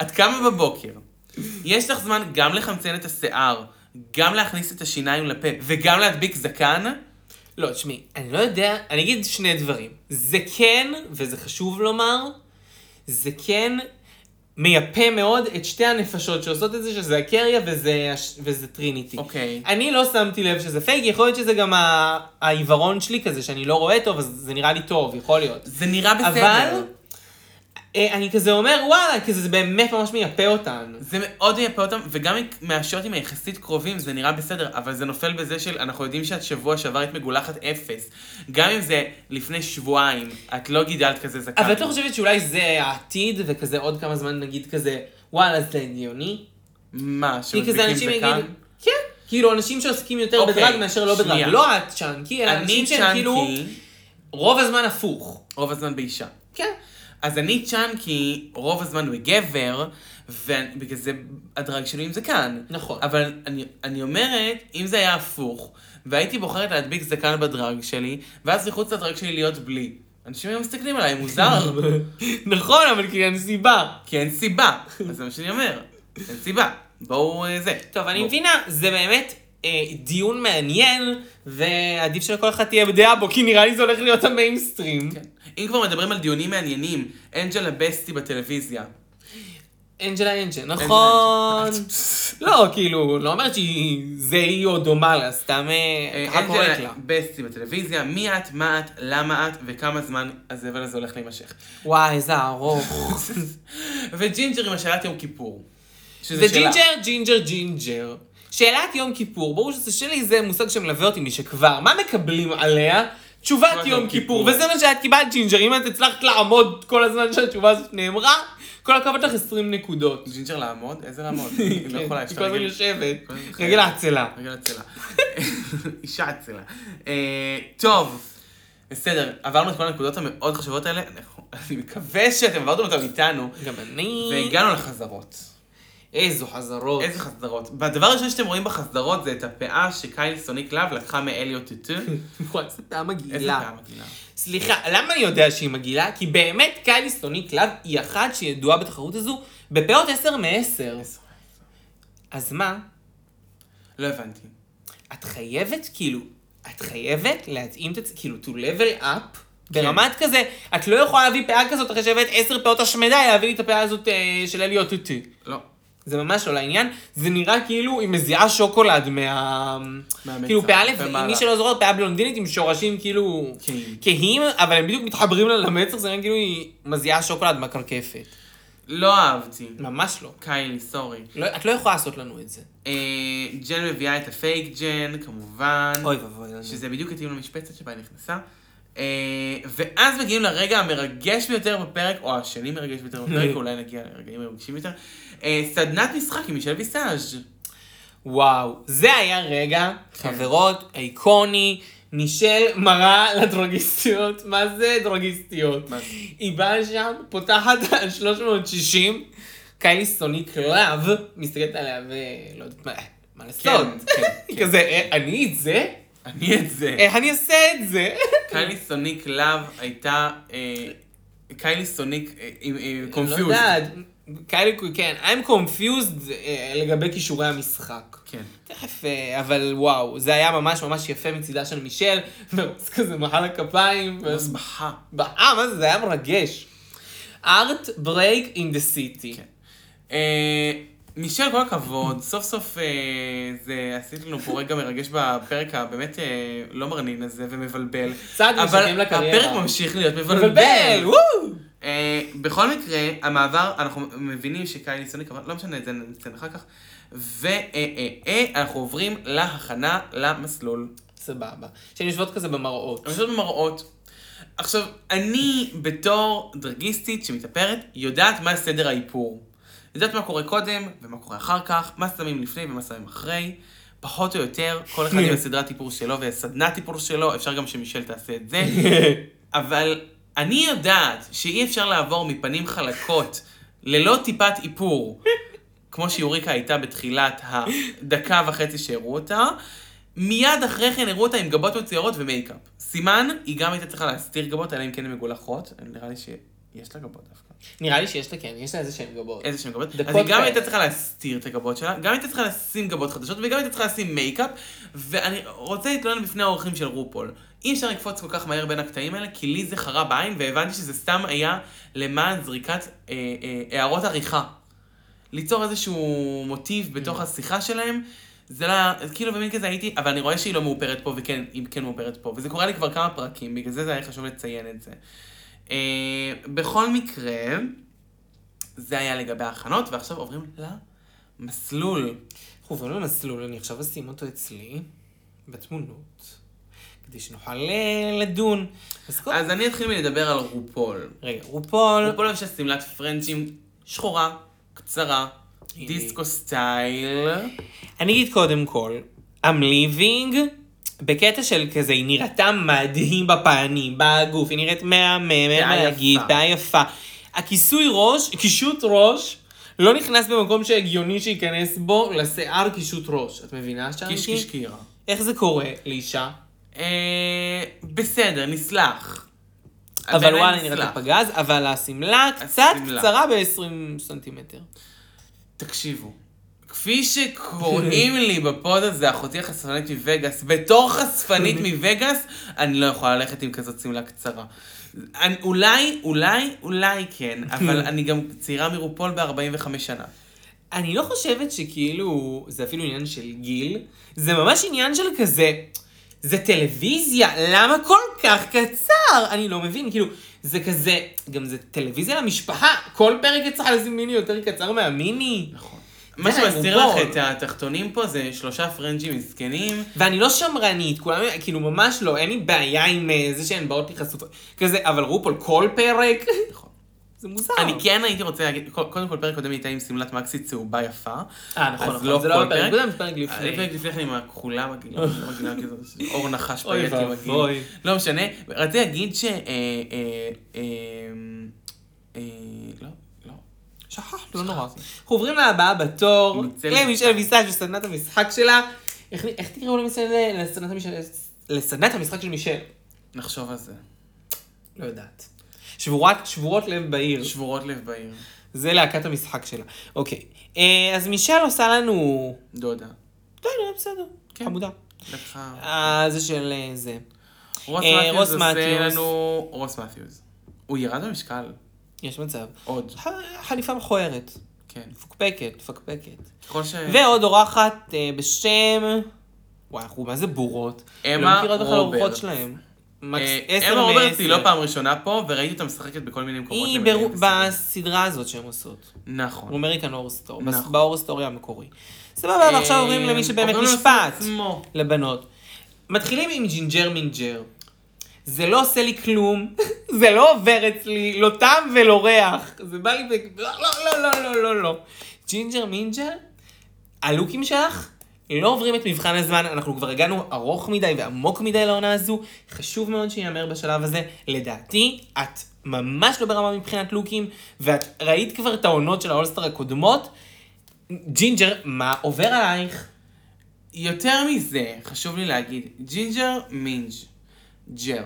[SPEAKER 3] את קמה בבוקר, יש לך זמן גם לחמצן את השיער גם להכניס את השיניים לפה וגם להדביק זקן,
[SPEAKER 2] לא, תשמעי, אני לא יודע, אני אגיד שני דברים. זה כן, וזה חשוב לומר, זה כן מייפה מאוד את שתי הנפשות שעושות את זה, שזה הקריה וזה, הש- וזה טריניטי.
[SPEAKER 3] אוקיי.
[SPEAKER 2] אני לא שמתי לב שזה פייק, יכול להיות שזה גם ה- העיוורון שלי כזה, שאני לא רואה טוב, אז זה נראה לי טוב, יכול להיות.
[SPEAKER 3] זה נראה בסדר.
[SPEAKER 2] אבל, אה, אני כזה אומר, וואלה, כי זה באמת ממש מייפה אותן.
[SPEAKER 3] זה מאוד מייפה אותם, וגם מהשוטים היחסית קרובים זה נראה בסדר, אבל זה נופל בזה של אנחנו יודעים שאת שבוע שעבר היית מגולחת אפס. גם אם זה לפני שבועיים, את לא גידלת כזה זקן.
[SPEAKER 2] אבל את לא חושבת שאולי זה העתיד, וכזה עוד כמה זמן נגיד כזה, וואלה, זה הגיוני?
[SPEAKER 3] מה,
[SPEAKER 2] כי כזה
[SPEAKER 3] שמדביקים
[SPEAKER 2] אנשים
[SPEAKER 3] זקן?
[SPEAKER 2] יגידו, כן, כאילו אנשים שעוסקים יותר
[SPEAKER 3] אוקיי,
[SPEAKER 2] בדרג מאשר לא בדרג,
[SPEAKER 3] שנייה.
[SPEAKER 2] לא את צ'אנקי, אלא
[SPEAKER 3] אני
[SPEAKER 2] אנשים שהם כאילו
[SPEAKER 3] צ'אנקי,
[SPEAKER 2] רוב הזמן הפוך.
[SPEAKER 3] רוב הזמן באישה.
[SPEAKER 2] כן.
[SPEAKER 3] אז אני צ'אנקי, רוב הזמן בגבר, ובגלל זה הדרג שלי עם זקן.
[SPEAKER 2] נכון.
[SPEAKER 3] אבל אני, אני אומרת, אם זה היה הפוך, והייתי בוחרת להדביק זקן בדרג שלי, ואז מחוץ לדרג שלי להיות בלי, אנשים היו מסתכלים עליי,
[SPEAKER 2] (laughs)
[SPEAKER 3] מוזר.
[SPEAKER 2] נכון, אבל כי אין סיבה.
[SPEAKER 3] כי אין סיבה. אז זה מה שאני אומר. אין סיבה. בואו אה, זה.
[SPEAKER 2] טוב, אני
[SPEAKER 3] בואו.
[SPEAKER 2] מבינה, זה באמת אה, דיון מעניין, ועדיף שלכל אחד תהיה בדעה בו, כי נראה לי זה הולך להיות המיינסטרים.
[SPEAKER 3] כן. אם כבר מדברים על דיונים מעניינים, אנג'לה בסטי בטלוויזיה. אה,
[SPEAKER 2] אנג'לה אנג'ל, נכון.
[SPEAKER 3] אנג'לה
[SPEAKER 2] לא, כאילו, לא אומרת שהיא זה היא או דומה לה, סתם אה,
[SPEAKER 3] אה,
[SPEAKER 2] ככה קוראת לה.
[SPEAKER 3] אנג'לה בסטי בטלוויזיה, מי את, מה את, למה את, וכמה זמן הזבל הזה הולך להימשך. (laughs)
[SPEAKER 2] וואי, איזה ארוך.
[SPEAKER 3] וג'ינג'ר עם השאלת יום כיפור. שזה שאלה.
[SPEAKER 2] וג'ינג'ר, ג'ינג'ר, ג'ינג'ר. שאלת יום כיפור, ברור שזה שלי, זה מושג שמלווה אותי משכבר. מה מקבלים עליה? תשובת יום כיפור, וזה מה שאת קיבלת, ג'ינג'ר. אם את הצלחת לעמוד כל הזמן שהתשובה הזאת נאמרה, כל הכבוד לך 20 (laughs) נקודות.
[SPEAKER 3] ג'ינג'ר לעמוד? איזה לעמוד?
[SPEAKER 2] (laughs)
[SPEAKER 3] היא לא
[SPEAKER 2] כן,
[SPEAKER 3] יכולה,
[SPEAKER 2] היא
[SPEAKER 3] יש
[SPEAKER 2] כל
[SPEAKER 3] לה
[SPEAKER 2] הזמן
[SPEAKER 3] רגל
[SPEAKER 2] יושבת.
[SPEAKER 3] כל הזמן חייבת.
[SPEAKER 2] רגל העצלה.
[SPEAKER 3] רגל עצלה. (laughs) אישה עצלה. אה, טוב, בסדר, עברנו את כל הנקודות המאוד חשובות האלה. אנחנו- אני מקווה שאתם עברתם אותן איתנו.
[SPEAKER 2] גם אני.
[SPEAKER 3] והגענו לחזרות.
[SPEAKER 2] איזו חזרות.
[SPEAKER 3] איזה חזרות? והדבר הראשון שאתם רואים בחזרות זה את הפאה שקייל סוניק לאב לקחה מאליוט טוטו.
[SPEAKER 2] (laughs) וואי, איזה טעם
[SPEAKER 3] איזה
[SPEAKER 2] מגעילה.
[SPEAKER 3] פאה מגעילה.
[SPEAKER 2] סליחה, למה אני יודע שהיא מגעילה? כי באמת קיילי סוני קלאב היא אחת שידועה בתחרות הזו בפאות 10 מ-10. אז מה?
[SPEAKER 3] לא הבנתי.
[SPEAKER 2] את חייבת, כאילו, את חייבת להתאים את עצמך, כאילו, to level up, ברמת כזה, את לא יכולה להביא פאה כזאת אחרי שהבאת 10 פאות השמדה, להביא לי את הפאה הזאת אה, של אליוט אותי.
[SPEAKER 3] לא.
[SPEAKER 2] זה ממש לא לעניין, זה נראה כאילו היא מזיעה שוקולד מה...
[SPEAKER 3] מהמצח,
[SPEAKER 2] כאילו פאה לפ...
[SPEAKER 3] ומעלה.
[SPEAKER 2] מי שלא זוכר, פאה בלונדינית עם שורשים כאילו...
[SPEAKER 3] כהים.
[SPEAKER 2] כהים, אבל הם בדיוק מתחברים לה למצח, זה נראה כאילו היא מזיעה שוקולד מהקרקפת.
[SPEAKER 3] לא אהבתי.
[SPEAKER 2] ממש לא.
[SPEAKER 3] קיילי, סורי.
[SPEAKER 2] לא. את לא יכולה לעשות לנו את זה.
[SPEAKER 3] אה, ג'ן מביאה את הפייק ג'ן, כמובן.
[SPEAKER 2] אוי ואבוי לנו.
[SPEAKER 3] שזה בדיוק התאים למשבצת שבה היא נכנסה. אה, ואז מגיעים לרגע המרגש ביותר בפרק, או השני מרגש ביותר
[SPEAKER 2] (laughs)
[SPEAKER 3] בפרק, אולי נגיע לרגעים מרגשים יותר. אה, סדנת משחק עם מישל ויסאז'.
[SPEAKER 2] וואו, זה היה רגע,
[SPEAKER 3] כן.
[SPEAKER 2] חברות, איקוני, מישל מראה לדרוגיסטיות, מה זה דרוגיסטיות?
[SPEAKER 3] מה זה?
[SPEAKER 2] היא באה שם, פותחת על 360, קיילי סוני קרב, מסתכלת עליה ולא יודעת מה, מה לעשות.
[SPEAKER 3] כן,
[SPEAKER 2] היא כזה, "אה, אני את זה?
[SPEAKER 3] אני את זה.
[SPEAKER 2] איך אני אעשה את
[SPEAKER 3] (laughs)
[SPEAKER 2] זה?
[SPEAKER 3] קיילי סוניק לאב הייתה... אה, קיילי סוניק אה, עם- עם
[SPEAKER 2] לא
[SPEAKER 3] קונפיוז.
[SPEAKER 2] יודעת. קיילי, כן, I'm confused אה, לגבי כישורי המשחק.
[SPEAKER 3] כן.
[SPEAKER 2] תכף, אה, אבל וואו, זה היה ממש ממש יפה מצידה של מישל, (laughs) ורוץ כזה מחא לה כפיים,
[SPEAKER 3] לא
[SPEAKER 2] ו-
[SPEAKER 3] הסמכה.
[SPEAKER 2] אה, מה זה, זה היה מרגש. ארט ברייק אין דה סיטי.
[SPEAKER 3] כן. אה, מישל, כל הכבוד, סוף סוף אה, זה עשית לנו פה רגע מרגש בפרק הבאמת אה, לא מרנין הזה ומבלבל.
[SPEAKER 2] צעד משקם
[SPEAKER 3] אבל
[SPEAKER 2] לקריירה.
[SPEAKER 3] הפרק ממשיך להיות
[SPEAKER 2] מבלבל,
[SPEAKER 3] מבלבל.
[SPEAKER 2] וואו!
[SPEAKER 3] אה, בכל מקרה, המעבר, אנחנו מבינים שקיילי סוניק, אבל לא משנה, את זה נציין אחר כך. אה, ואנחנו עוברים להכנה למסלול.
[SPEAKER 2] סבבה. שהן יושבות כזה במראות.
[SPEAKER 3] הן יושבות במראות. עכשיו, אני בתור דרגיסטית שמתאפרת, יודעת מה סדר האיפור. יודעת מה קורה קודם, ומה קורה אחר כך, מה שמים לפני ומה שמים אחרי. פחות או יותר, כל אחד עם הסדרת טיפור שלו וסדנת טיפור שלו, אפשר גם שמישל תעשה את זה. אבל אני יודעת שאי אפשר לעבור מפנים חלקות ללא טיפת איפור, כמו שיוריקה הייתה בתחילת הדקה וחצי שהראו אותה, מיד אחרי כן הראו אותה עם גבות מצוירות ומייקאפ. סימן, היא גם הייתה צריכה להסתיר גבות, אלא אם כן הן מגולחות, נראה לי ש... יש לה גבות דווקא.
[SPEAKER 2] נראה לי שיש לה כן, יש לה איזה שהן גבות.
[SPEAKER 3] איזה שהן גבות. אז
[SPEAKER 2] דקות
[SPEAKER 3] היא גם
[SPEAKER 2] כאלה.
[SPEAKER 3] הייתה צריכה להסתיר את הגבות שלה, גם הייתה צריכה לשים גבות חדשות, וגם הייתה צריכה לשים מייקאפ, ואני רוצה להתלונן בפני האורחים של רופול. אי אפשר לקפוץ כל כך מהר בין הקטעים האלה, כי לי זה חרה בעין, והבנתי שזה סתם היה למען זריקת אה, אה, הערות עריכה. ליצור איזשהו מוטיב בתוך השיחה שלהם. זה לא, אז כאילו במין כזה הייתי, אבל אני רואה שהיא לא מאופרת פה, וכן, היא כן מאופרת פה, וזה קורה לי כבר כמה פרקים, בגלל זה זה היה חשוב לציין את זה. אה, בכל מקרה, זה היה לגבי ההכנות, ועכשיו עוברים למסלול.
[SPEAKER 2] אנחנו עוברים למסלול, אני עכשיו אשים אותו אצלי, בתמונות, כדי שנוכל אה, לדון. אז כל...
[SPEAKER 3] אז אני אתחיל מלדבר על רופול.
[SPEAKER 2] רגע, רופול,
[SPEAKER 3] רופול לבשה שמלת פרנצ'ים שחורה, קצרה,
[SPEAKER 2] הנה.
[SPEAKER 3] דיסקו סטייל.
[SPEAKER 2] אני אגיד קודם כל, I'm living בקטע של כזה, היא נראתה מדהים בפנים, בגוף, היא נראית מהממת,
[SPEAKER 3] דעה
[SPEAKER 2] מה
[SPEAKER 3] יפה.
[SPEAKER 2] להגיד, דעה יפה. הכיסוי ראש, קישוט ראש, לא נכנס במקום שהגיוני שייכנס בו לשיער קישוט ראש. את מבינה שם?
[SPEAKER 3] קיש קיש קירה.
[SPEAKER 2] איך זה קורה לאישה?
[SPEAKER 3] אה, בסדר, נסלח.
[SPEAKER 2] אבל
[SPEAKER 3] בעיניי
[SPEAKER 2] וואלה,
[SPEAKER 3] נסלח.
[SPEAKER 2] נראית פגז, אבל השמלה קצת
[SPEAKER 3] השמלה.
[SPEAKER 2] קצרה ב-20 סנטימטר.
[SPEAKER 3] תקשיבו, כפי שקוראים לי בפוד הזה, אחותי החשפנית מווגאס, בתור חשפנית מווגאס, אני לא יכולה ללכת עם כזאת שמלה קצרה. אני, אולי, אולי, אולי כן, אבל אני גם צעירה מרופול ב-45 שנה.
[SPEAKER 2] אני לא חושבת שכאילו, זה אפילו עניין של גיל, זה ממש עניין של כזה, זה טלוויזיה, למה כל כך קצר? אני לא מבין, כאילו, זה כזה, גם זה טלוויזיה למשפחה, כל פרק יצטרך לשים מיני יותר קצר מהמיני.
[SPEAKER 3] נכון. מה
[SPEAKER 2] די,
[SPEAKER 3] שמסתיר
[SPEAKER 2] רופול.
[SPEAKER 3] לך את התחתונים פה זה שלושה פרנג'ים מסכנים.
[SPEAKER 2] ואני לא שמרנית, כולם, כאילו, ממש לא, אין לי בעיה עם אה, זה שהן באות לי חשופות, כזה, אבל רופול כל פרק,
[SPEAKER 3] נכון.
[SPEAKER 2] זה מוזר.
[SPEAKER 3] אני כן הייתי רוצה להגיד, קודם כל פרק קודם הייתה עם שמלת מקסי צהובה יפה.
[SPEAKER 2] אה, נכון,
[SPEAKER 3] אז
[SPEAKER 2] נכון,
[SPEAKER 3] לא
[SPEAKER 2] זה לא
[SPEAKER 3] כל
[SPEAKER 2] בפרק
[SPEAKER 3] פרק.
[SPEAKER 2] קודם, זה פרק
[SPEAKER 3] אני
[SPEAKER 2] לפני.
[SPEAKER 3] פרק לפני כן עם הכחולה מגעילה, (laughs) לא מגעילה כזאת, אור נחש
[SPEAKER 2] אוי
[SPEAKER 3] פייטי מגעיל.
[SPEAKER 2] ואבוי.
[SPEAKER 3] לא משנה, רציתי להגיד ש... אה, אה, אה, אה, לא, לא.
[SPEAKER 2] שכחת, לא נורא. אנחנו עוברים לבאה בתור, כן,
[SPEAKER 3] מיצל
[SPEAKER 2] למישל
[SPEAKER 3] ויסאז'.
[SPEAKER 2] ויסאז' וסדנת המשחק שלה. איך- איך תקראו למישל? לסדנת המשחק- לסדנת המשחק של מישל.
[SPEAKER 3] נחשוב על זה.
[SPEAKER 2] לא יודעת. שבורת- שבורות לב בעיר.
[SPEAKER 3] שבורות לב בעיר.
[SPEAKER 2] זה להקת המשחק שלה. אוקיי. אה, אז מישל עושה לנו...
[SPEAKER 3] דודה.
[SPEAKER 2] לא, לא, בסדר.
[SPEAKER 3] כן.
[SPEAKER 2] חמודה.
[SPEAKER 3] לקחה.
[SPEAKER 2] אה, זה של אה, זה.
[SPEAKER 3] רוס
[SPEAKER 2] אה,
[SPEAKER 3] מתיוס
[SPEAKER 2] רוס
[SPEAKER 3] עושה
[SPEAKER 2] מתיוס.
[SPEAKER 3] לנו... רוס מתיוס. הוא ירד במשקל.
[SPEAKER 2] יש מצב.
[SPEAKER 3] עוד.
[SPEAKER 2] ח- חליפה מכוערת.
[SPEAKER 3] כן.
[SPEAKER 2] מפוקפקת, מפקפקת.
[SPEAKER 3] ככל ש...
[SPEAKER 2] כן. ועוד אורחת אה, בשם... וואי, אנחנו מה זה בורות.
[SPEAKER 3] אמה
[SPEAKER 2] לא מכירה אותך על האורחות
[SPEAKER 3] רוברטס.
[SPEAKER 2] שלהם. מקס
[SPEAKER 3] אה,
[SPEAKER 2] עשר
[SPEAKER 3] אמה רוברטס היא
[SPEAKER 2] מעשר.
[SPEAKER 3] לא פעם ראשונה פה, וראיתי אותה משחקת בכל מיני מקומות.
[SPEAKER 2] היא
[SPEAKER 3] למדי
[SPEAKER 2] ברו-
[SPEAKER 3] בסדרה.
[SPEAKER 2] בסדרה הזאת שהם עושות.
[SPEAKER 3] נכון.
[SPEAKER 2] אמריקן אורסטור.
[SPEAKER 3] נכון. אה,
[SPEAKER 2] באורסטורי המקורי. סבבה, ועכשיו עוברים למי שבאמת
[SPEAKER 3] עוברים
[SPEAKER 2] משפט.
[SPEAKER 3] למסלול עצמו.
[SPEAKER 2] לבנות. מתחילים עם ג'ינג'ר מינג'ר. זה לא עושה לי כלום, (laughs) זה לא עובר אצלי, לא טעם ולא ריח. זה בא לי ב... לא, לא, לא, לא, לא, לא. ג'ינג'ר מינג'ר, הלוקים שלך לא עוברים את מבחן הזמן, אנחנו כבר הגענו ארוך מדי ועמוק מדי לעונה הזו. חשוב מאוד שייאמר בשלב הזה. לדעתי, את ממש לא ברמה מבחינת לוקים, ואת ראית כבר את העונות של האולסטר הקודמות. ג'ינג'ר, מה עובר עלייך?
[SPEAKER 3] יותר מזה, חשוב לי להגיד, ג'ינג'ר מינג' ג'ר.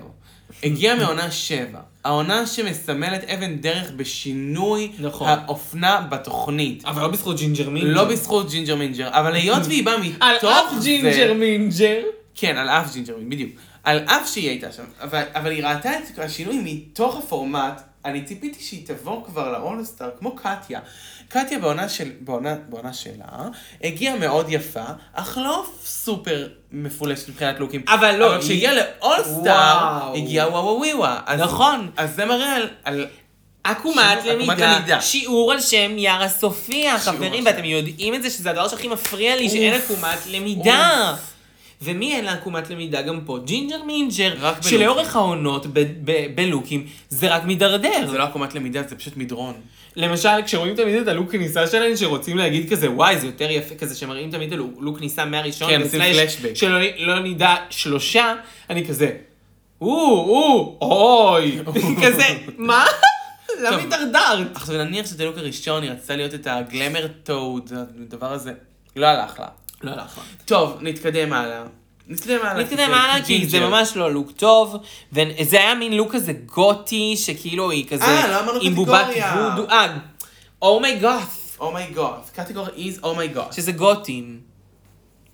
[SPEAKER 3] הגיע מעונה 7, העונה שמסמלת אבן דרך בשינוי
[SPEAKER 2] נכון.
[SPEAKER 3] האופנה בתוכנית.
[SPEAKER 2] אבל לא בזכות ג'ינג'ר מינג'ר.
[SPEAKER 3] לא בזכות ג'ינג'ר מינג'ר, אבל היות והיא באה מתוך זה...
[SPEAKER 2] על אף ג'ינג'ר מינג'ר.
[SPEAKER 3] כן, על אף ג'ינג'ר מינג'ר, בדיוק. על אף שהיא הייתה שם, אבל, אבל היא ראתה את השינוי מתוך הפורמט, אני ציפיתי שהיא תבוא כבר לאולסטאר, כמו קטיה. קטיה בעונה, של, בעונה, בעונה שלה, הגיעה מאוד יפה, אך לא סופר מפולשת מבחינת לוקים.
[SPEAKER 2] אבל לא,
[SPEAKER 3] אבל כשהגיעה
[SPEAKER 2] היא-
[SPEAKER 3] לאולסטאר,
[SPEAKER 2] וואו.
[SPEAKER 3] הגיעה וואו וואו וואו. אז-
[SPEAKER 2] נכון.
[SPEAKER 3] אז זה מראה על... על
[SPEAKER 2] עקומת
[SPEAKER 3] שיעור- עקומת
[SPEAKER 2] למידה,
[SPEAKER 3] למידה.
[SPEAKER 2] שיעור על שם יארה סופיה,
[SPEAKER 3] שיעור
[SPEAKER 2] חברים,
[SPEAKER 3] על
[SPEAKER 2] ואתם יודעים את זה שזה הדבר שהכי מפריע לי,
[SPEAKER 3] אוף,
[SPEAKER 2] שאין עקומת למידה. ומי אין לה עקומת למידה גם פה? ג'ינג'ר מינג'ר,
[SPEAKER 3] רק
[SPEAKER 2] שלאורך העונות ב- ב- בלוקים זה רק
[SPEAKER 3] זה
[SPEAKER 2] מידרדר.
[SPEAKER 3] לא עקומת למידה, זה פשוט מדרון.
[SPEAKER 2] למשל, כשרואים תמיד את הלוק כניסה שלהן, שרוצים להגיד כזה, וואי, זה יותר יפה, כזה שמראים תמיד את הלוק לוק כניסה מהראשון,
[SPEAKER 3] כן, עושים
[SPEAKER 2] וסלאש,
[SPEAKER 3] פלשבק.
[SPEAKER 2] שלא לא נדע שלושה, אני כזה, או, או, אוי, (laughs) כזה, מה? למה
[SPEAKER 3] טוב.
[SPEAKER 2] התדרדרת?
[SPEAKER 3] עכשיו נניח שזה לוק הראשון, היא רצתה להיות את הגלמר טוד, הדבר הזה. לא הלך לה.
[SPEAKER 2] לא, נכון.
[SPEAKER 3] טוב, נתקדם הלאה. נתקדם הלאה.
[SPEAKER 2] נתקדם הלאה, כי זה
[SPEAKER 3] ג'ינג'ר.
[SPEAKER 2] ממש לא לוק טוב, וזה היה מין לוק כזה גותי, שכאילו היא כזה,
[SPEAKER 3] אה, לא אמרנו
[SPEAKER 2] עם בובת
[SPEAKER 3] קטגוריה.
[SPEAKER 2] וודו, אה, אומייגות,
[SPEAKER 3] Oh אומייגוד, קטגוריה is אומייגוד.
[SPEAKER 2] שזה גותים,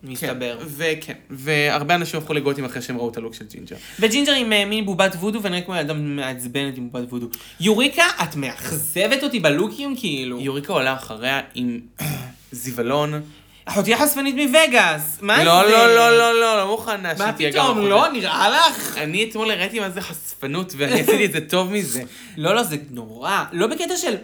[SPEAKER 3] כן,
[SPEAKER 2] מסתבר.
[SPEAKER 3] וכן, והרבה אנשים הפכו לגותים אחרי שהם ראו את הלוק של ג'ינג'ר.
[SPEAKER 2] וג'ינג'ר עם אה, מין בובת וודו, ונראה כמו אדם מעצבנת עם בובת וודו. יוריקה, את מאכזבת אותי בלוקים, כאילו.
[SPEAKER 3] יוריקה עולה אחריה עם (coughs) זיוולון.
[SPEAKER 2] אחותי החשפנית מווגאס, מה זה?
[SPEAKER 3] לא, לא, לא, לא, לא, לא מוכנה
[SPEAKER 2] מה
[SPEAKER 3] שתהיה גם...
[SPEAKER 2] פתאום,
[SPEAKER 3] אחותי.
[SPEAKER 2] לא, נראה לך?
[SPEAKER 3] אני אתמול הראיתי מה זה חשפנות,
[SPEAKER 2] (laughs)
[SPEAKER 3] ואני עשיתי את זה טוב מזה.
[SPEAKER 2] לא, לא, זה נורא. לא בקטע של...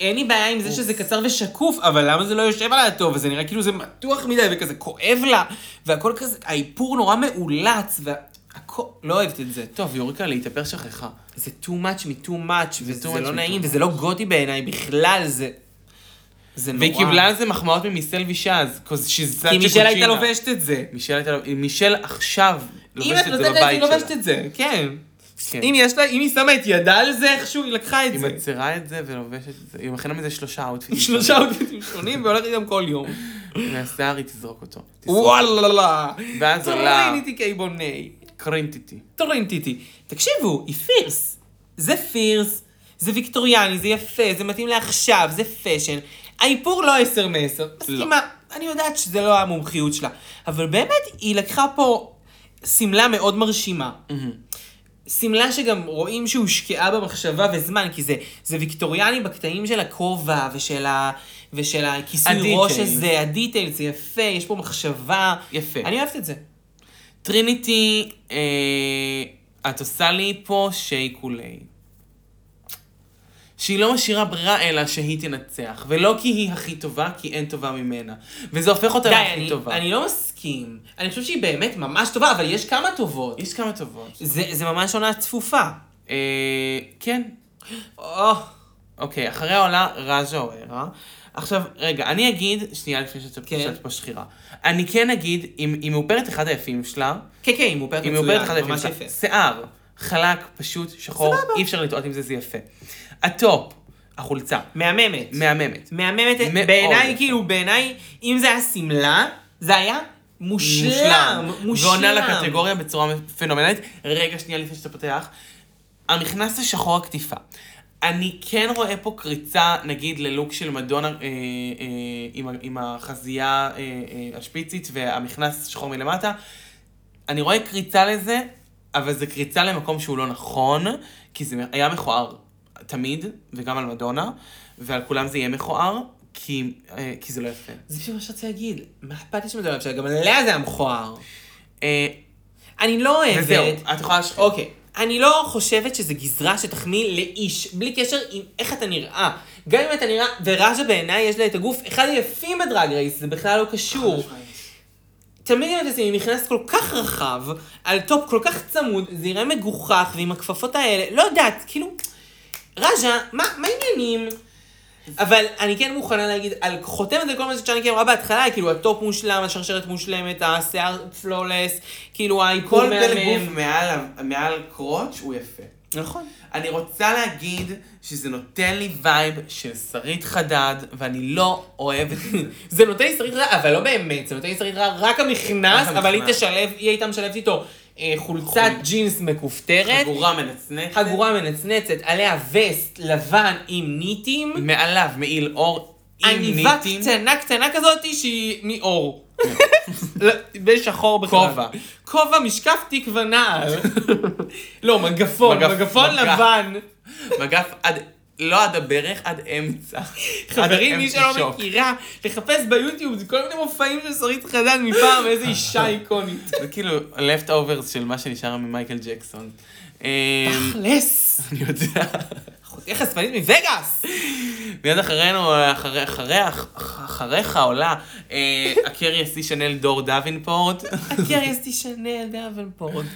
[SPEAKER 2] אין לי בעיה עם זה שזה קצר ושקוף, אבל למה זה לא יושב עליה טוב? וזה נראה כאילו זה מתוח מדי וכזה כואב לה, והכל כזה, האיפור נורא מאולץ, והכל... לא אוהבת את זה.
[SPEAKER 3] טוב, יוריקה להתאפר שכחה.
[SPEAKER 2] זה too much מ-too much, וזה
[SPEAKER 3] too much
[SPEAKER 2] לא
[SPEAKER 3] מ-
[SPEAKER 2] נעים,
[SPEAKER 3] too
[SPEAKER 2] וזה לא גותי בעיניי בכלל, זה... זה נורא.
[SPEAKER 3] והיא קיבלה על זה מחמאות ממיסל וישאז, cause she's such
[SPEAKER 2] כי
[SPEAKER 3] a
[SPEAKER 2] מישל הייתה
[SPEAKER 3] cochina.
[SPEAKER 2] לובשת את זה.
[SPEAKER 3] מישל הייתה לובשת... מישל עכשיו
[SPEAKER 2] אם
[SPEAKER 3] לובשת
[SPEAKER 2] את
[SPEAKER 3] את
[SPEAKER 2] נותנת
[SPEAKER 3] זה
[SPEAKER 2] לה, היא
[SPEAKER 3] בבית
[SPEAKER 2] לובשת
[SPEAKER 3] שלה.
[SPEAKER 2] את זה, כן.
[SPEAKER 3] כן.
[SPEAKER 2] אם יש לה, אם היא שמה את ידה על זה איכשהו, היא לקחה את
[SPEAKER 3] היא
[SPEAKER 2] זה.
[SPEAKER 3] מצהירה את זה ולובשת את זה. היא מכינה מזה שלושה
[SPEAKER 2] עם
[SPEAKER 3] אאוטפיטים.
[SPEAKER 2] שלושה אוטפיטים שונים והולכת איתם כל יום.
[SPEAKER 3] מהשיער היא תזרוק אותו. תזרוק.
[SPEAKER 2] וואלה.
[SPEAKER 3] ואז עולה
[SPEAKER 2] טורין איתי קייבוני.
[SPEAKER 3] קרינטיטי.
[SPEAKER 2] טורין טיטי. תקשיבו, היא פירס. זה פירס, זה ויקטוריאני, זה יפה, זה מתאים לעכשיו, זה פאשן. האיפור לא עשר מעשר. מסכימה. אני יודעת שזה לא המומחיות שלה. אבל באמת, היא לקחה פה שמלה מאוד מרשימה.
[SPEAKER 3] Mm-hmm.
[SPEAKER 2] שמלה שגם רואים שהושקעה במחשבה וזמן, כי זה, זה ויקטוריאני בקטעים של הכובע ושל, ה, ושל הכיסוי
[SPEAKER 3] הדיטיילס.
[SPEAKER 2] ראש הזה, הדיטיילס, זה יפה, יש פה מחשבה.
[SPEAKER 3] יפה.
[SPEAKER 2] אני אוהבת את זה.
[SPEAKER 3] טריניטי, אה, את עושה לי פה שייקולי. שהיא לא משאירה ברירה אלא שהיא תנצח, ולא כי היא הכי טובה, כי אין טובה ממנה. וזה הופך אותה
[SPEAKER 2] די,
[SPEAKER 3] להכי
[SPEAKER 2] אני,
[SPEAKER 3] טובה.
[SPEAKER 2] אני לא מסכים. אני חושב שהיא באמת ממש טובה, אבל יש כמה טובות.
[SPEAKER 3] יש כמה טובות.
[SPEAKER 2] זה, זה ממש עונה צפופה.
[SPEAKER 3] אה, כן,
[SPEAKER 2] או,
[SPEAKER 3] אוקיי, אחריה עולה רג'ה אוהרה. עכשיו, רגע, אני אגיד, שנייה לפני שאת
[SPEAKER 2] כן.
[SPEAKER 3] שאת פה שחירה. אני כן אגיד, אם היא מאופרת אחד היפים שלה,
[SPEAKER 2] כן, כן, היא מאופרת
[SPEAKER 3] היא מאופרת אחד
[SPEAKER 2] מצוין,
[SPEAKER 3] היפים
[SPEAKER 2] ממש
[SPEAKER 3] שלה.
[SPEAKER 2] יפה.
[SPEAKER 3] שיער, חלק, פשוט, שחור, אי אפשר לטעות עם זה, זה יפה. הטופ, החולצה,
[SPEAKER 2] מהממת.
[SPEAKER 3] מהממת.
[SPEAKER 2] מהממת,
[SPEAKER 3] מאוד.
[SPEAKER 2] בעיניי, כאילו, בעיניי, אם זה היה שמלה, זה היה מושלם. מושלם.
[SPEAKER 3] ועונה לקטגוריה בצורה פנומנלית. רגע, שנייה לפני שאתה פותח. המכנס השחור הכתיפה. אני כן רואה פה קריצה, נגיד, ללוק של מדונה אה, אה, עם, ה- עם החזייה אה, אה, השפיצית והמכנס שחור מלמטה. אני רואה קריצה לזה, אבל זה קריצה למקום שהוא לא נכון, כי זה היה מכוער תמיד, וגם על מדונה, ועל כולם זה יהיה מכוער, כי, אה, כי זה לא יפה.
[SPEAKER 2] זה בדיוק מה שרציתי להגיד. מה אכפת לי שמדברים עכשיו? גם עליה זה היה מכוער.
[SPEAKER 3] אה,
[SPEAKER 2] אני לא אוהבת.
[SPEAKER 3] וזהו, את יכולה לשחרר.
[SPEAKER 2] אוקיי. אני לא חושבת שזה גזרה שתחמיא לאיש, בלי קשר עם איך אתה נראה. גם אם אתה נראה, וראז'ה בעיניי יש לה את הגוף אחד היפים בדרג רייס, זה בכלל לא קשור. תמיד אם אתה עושה עם מכנס כל כך רחב, על טופ כל כך צמוד, זה יראה מגוחך, ועם הכפפות האלה, לא יודעת, כאילו, רג'ה, מה, מה העניינים? אבל אני כן מוכנה להגיד, על חותמת על כל מה שצ'אנקי אמרה בהתחלה, כאילו הטופ מושלם, השרשרת מושלמת, השיער פלולס, כאילו האיפור
[SPEAKER 3] כל דלק גוף
[SPEAKER 2] מהמם.
[SPEAKER 3] מעל ה- מעל קרוץ' הוא יפה.
[SPEAKER 2] נכון.
[SPEAKER 3] אני רוצה להגיד שזה נותן לי וייב של שרית חדד, ואני לא אוהבת
[SPEAKER 2] (laughs)
[SPEAKER 3] את זה.
[SPEAKER 2] זה נותן לי שריד רע, אבל לא באמת, זה נותן לי שריד רע רק המכנס,
[SPEAKER 3] רק
[SPEAKER 2] אבל היא
[SPEAKER 3] המכנס.
[SPEAKER 2] תשלב, היא הייתה משלבת איתו אה, חולצת
[SPEAKER 3] חול.
[SPEAKER 2] ג'ינס מכופתרת,
[SPEAKER 3] חגורה מנצנצת.
[SPEAKER 2] חגורה מנצנצת, עליה וסט לבן עם ניטים,
[SPEAKER 3] מעליו מעיל אור עם
[SPEAKER 2] עניבה
[SPEAKER 3] ניטים. כן.
[SPEAKER 2] קטנה קטנה כזאת שהיא מאור. (laughs) לא, בשחור בכלל.
[SPEAKER 3] כובע.
[SPEAKER 2] כובע, משקף, תיק
[SPEAKER 3] (laughs)
[SPEAKER 2] ונעל. לא, מגפון,
[SPEAKER 3] מגפ-
[SPEAKER 2] מגפון
[SPEAKER 3] מגף.
[SPEAKER 2] לבן.
[SPEAKER 3] מגף עד, לא עד הברך, עד אמצע.
[SPEAKER 2] חברים, מי
[SPEAKER 3] אמצע
[SPEAKER 2] שלא
[SPEAKER 3] שוק.
[SPEAKER 2] מכירה, לחפש ביוטיוב, זה כל מיני מופעים של שרית חדד מפעם, איזה
[SPEAKER 3] (laughs)
[SPEAKER 2] אישה איקונית. (laughs)
[SPEAKER 3] זה כאילו left overs של מה שנשאר ממייקל ג'קסון. אה,
[SPEAKER 2] (laughs) תכלס.
[SPEAKER 3] אני יודע.
[SPEAKER 2] אחותי חשפנית מווגאס.
[SPEAKER 3] מיד אחרינו, אה, אחרי, אחרי, אחריך עולה אה, הקרי הסי שנל דור דווינפורט.
[SPEAKER 2] הקריאסטי שנל באבנפורד.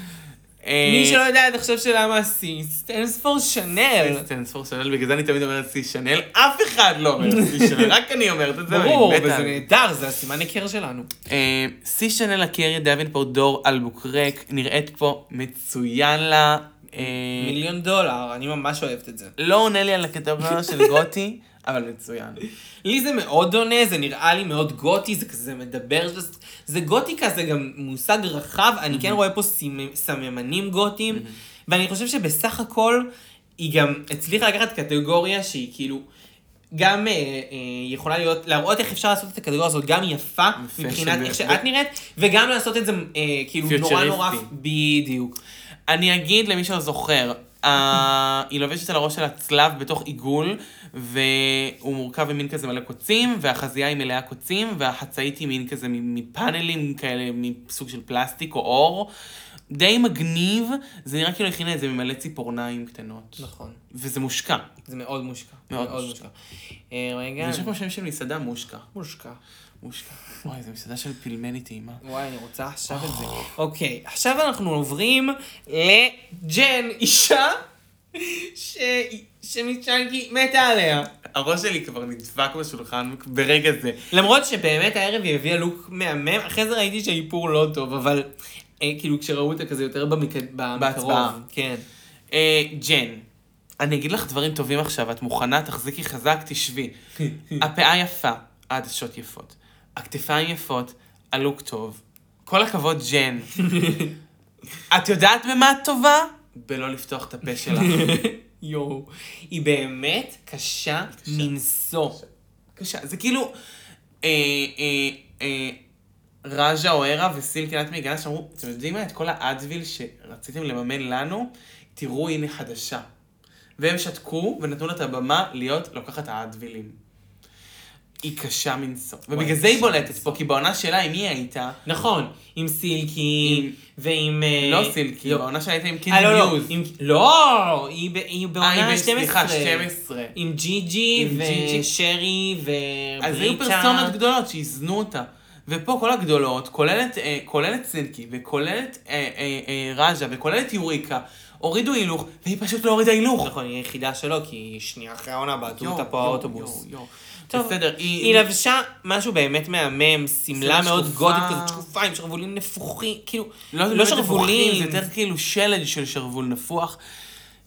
[SPEAKER 3] אה,
[SPEAKER 2] מי שלא יודע עד עכשיו שלה מה סי, סטנס פור שנל.
[SPEAKER 3] סטנס פור שנל, בגלל זה אני תמיד אומרת סי שנל, אף אחד לא אומר סי
[SPEAKER 2] (laughs)
[SPEAKER 3] שנל, רק אני אומרת את זה, ואני
[SPEAKER 2] ברור,
[SPEAKER 3] מתה
[SPEAKER 2] וזה
[SPEAKER 3] על זה.
[SPEAKER 2] נהדר, זה הסימן היכר שלנו.
[SPEAKER 3] אה, סי שנל הקרי דווינפורט דור אלבוקרק, נראית פה מצוין לה. אה,
[SPEAKER 2] מיליון דולר, אני ממש אוהבת את זה.
[SPEAKER 3] לא עונה לי על הקטגוריה של גותי, אבל מצוין.
[SPEAKER 2] לי זה מאוד עונה, זה נראה לי מאוד גותי, זה כזה מדבר, זה, זה גותיקה, זה גם מושג רחב, אני כן רואה פה סימ- סממנים גותיים, ואני חושב שבסך הכל היא גם הצליחה לקחת קטגוריה שהיא כאילו... גם אה, אה, יכולה להיות, להראות איך אפשר לעשות את הקטגוריה הזאת גם יפה,
[SPEAKER 3] יפה,
[SPEAKER 2] מבחינת
[SPEAKER 3] שזה-
[SPEAKER 2] איך שאת נראית, וגם לעשות את זה אה, כאילו נורא נורא, בדיוק.
[SPEAKER 3] אני אגיד למי שלא זוכר, אה, היא לובשת על הראש שלה צלב בתוך עיגול, והוא מורכב ממין כזה מלא קוצים, והחזייה היא מלאה קוצים, והחצאית היא מין כזה מ- מפאנלים כאלה, מסוג של פלסטיק או אור. די מגניב, זה נראה כאילו הכינה את זה ממלא ציפורניים קטנות.
[SPEAKER 2] נכון,
[SPEAKER 3] וזה מושקע.
[SPEAKER 2] זה מאוד מושקע.
[SPEAKER 3] מאוד
[SPEAKER 2] מאוד
[SPEAKER 3] מושקע.
[SPEAKER 2] מושקע. אה, רגע,
[SPEAKER 3] אני חושב כמו שם של מסעדה מושקע.
[SPEAKER 2] מושקע.
[SPEAKER 3] מושקע. וואי, זו מסעדה של פילמני טעימה.
[SPEAKER 2] וואי, אני רוצה עכשיו את זה.
[SPEAKER 3] אה.
[SPEAKER 2] אוקיי, עכשיו אנחנו עוברים לג'ן, אישה ש... שמצ'אנקי מתה עליה.
[SPEAKER 3] הראש שלי כבר נדפק בשולחן ברגע זה.
[SPEAKER 2] למרות שבאמת הערב היא הביאה לוק מהמם, אחרי זה ראיתי שהאיפור לא טוב, אבל אה, כאילו כשראו אותה כזה יותר במק... במקרוב.
[SPEAKER 3] בהצבעה.
[SPEAKER 2] כן.
[SPEAKER 3] אה, ג'ן, אני אגיד לך דברים טובים עכשיו, את מוכנה? תחזיקי חזק, תשבי. הפאה יפה, העדשות יפות. הכתפיים יפות, הלוק טוב. כל הכבוד, ג'ן. את יודעת במה את טובה? בלא לפתוח את הפה שלך.
[SPEAKER 2] יואו. היא באמת קשה מנשוא.
[SPEAKER 3] קשה, זה כאילו... אה, אה, אה, רג'ה או ערה וסיל קנת מגנס שאמרו, אתם יודעים מה? את כל האדוויל שרציתם לממן לנו, תראו הנה חדשה. והם שתקו ונתנו לה את הבמה להיות לוקחת האדווילים. היא קשה מנשוא. ובגלל זה היא בולטת פה, כי בעונה שלה עם מי היא הייתה?
[SPEAKER 2] נכון, עם סילקי,
[SPEAKER 3] עם-
[SPEAKER 2] ועם... אה,
[SPEAKER 3] לא סילקי,
[SPEAKER 2] לא.
[SPEAKER 3] בעונה שלה הייתה עם
[SPEAKER 2] אה,
[SPEAKER 3] קינג
[SPEAKER 2] לא, לא,
[SPEAKER 3] ניוז.
[SPEAKER 2] עם- לא, היא ב- היא בעונה
[SPEAKER 3] אה,
[SPEAKER 2] 12.
[SPEAKER 3] סליחה, 12.
[SPEAKER 2] עם ג'י ג'י
[SPEAKER 3] עם ג'י ג'י.
[SPEAKER 2] ושרי ובריקה.
[SPEAKER 3] אז היו פרסונות גדולות שאיזנו אותה. ופה כל הגדולות, כוללת, אה, כוללת סילקי, וכוללת אה, אה, אה, רג'ה, וכוללת יוריקה, הורידו הילוך, והיא פשוט לא הורידה הילוך.
[SPEAKER 2] נכון, היא היחידה שלו, כי היא שנייה אחרי העונה בעטו
[SPEAKER 3] יואו,
[SPEAKER 2] אותה פה
[SPEAKER 3] יואו,
[SPEAKER 2] האוטובוס.
[SPEAKER 3] יואו, יואו.
[SPEAKER 2] טוב,
[SPEAKER 3] בסדר,
[SPEAKER 2] היא לא- לבשה משהו באמת מהמם, שמלה
[SPEAKER 3] שמלה
[SPEAKER 2] מאוד
[SPEAKER 3] שקופה.
[SPEAKER 2] גותית כזאת, שקופה עם שרוולים נפוחים, כאילו,
[SPEAKER 3] לא,
[SPEAKER 2] לא
[SPEAKER 3] באמת נפוחים,
[SPEAKER 2] שרוולים.
[SPEAKER 3] זה יותר כאילו שלד של שרוול נפוח.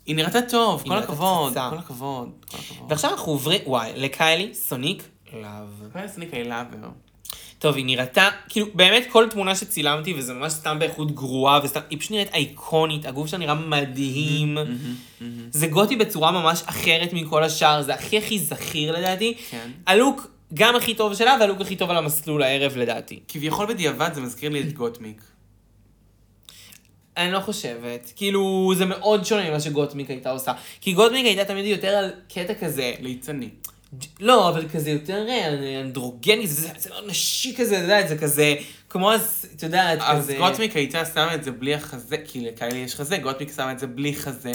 [SPEAKER 3] היא נראתה טוב,
[SPEAKER 2] היא
[SPEAKER 3] כל
[SPEAKER 2] נראתה
[SPEAKER 3] הכבוד,
[SPEAKER 2] פצצה.
[SPEAKER 3] כל הכבוד, כל הכבוד.
[SPEAKER 2] ועכשיו אנחנו עוברים, וואי, לקיילי, סוניק, לאב.
[SPEAKER 3] ועכשיו סניק I love her.
[SPEAKER 2] טוב, היא נראתה, כאילו, באמת כל תמונה שצילמתי, וזה ממש סתם באיכות גרועה, וסתם, היא פשוט נראית אייקונית, הגוף שלה נראה
[SPEAKER 3] Mm-hmm,
[SPEAKER 2] מדהים. זה גותי בצורה ממש אחרת מכל השאר, זה הכי הכי זכיר לדעתי.
[SPEAKER 3] כן.
[SPEAKER 2] הלוק גם הכי טוב שלה, והלוק הכי טוב על המסלול הערב לדעתי.
[SPEAKER 3] כביכול בדיעבד זה מזכיר לי את גוטמיק.
[SPEAKER 2] אני לא חושבת, כאילו, זה מאוד שונה ממה שגוטמיק הייתה עושה. כי גוטמיק הייתה תמיד יותר על קטע כזה,
[SPEAKER 3] ליצני.
[SPEAKER 2] לא, אבל כזה יותר אה, אנדרוגני, זה זה מאוד נשי כזה, את יודעת, זה כזה, כמו, אז, את יודעת,
[SPEAKER 3] אז
[SPEAKER 2] כזה...
[SPEAKER 3] גוטמיק הייתה שמה את זה בלי החזה, כי לקיילי יש חזה, גוטמיק שמה את זה בלי חזה,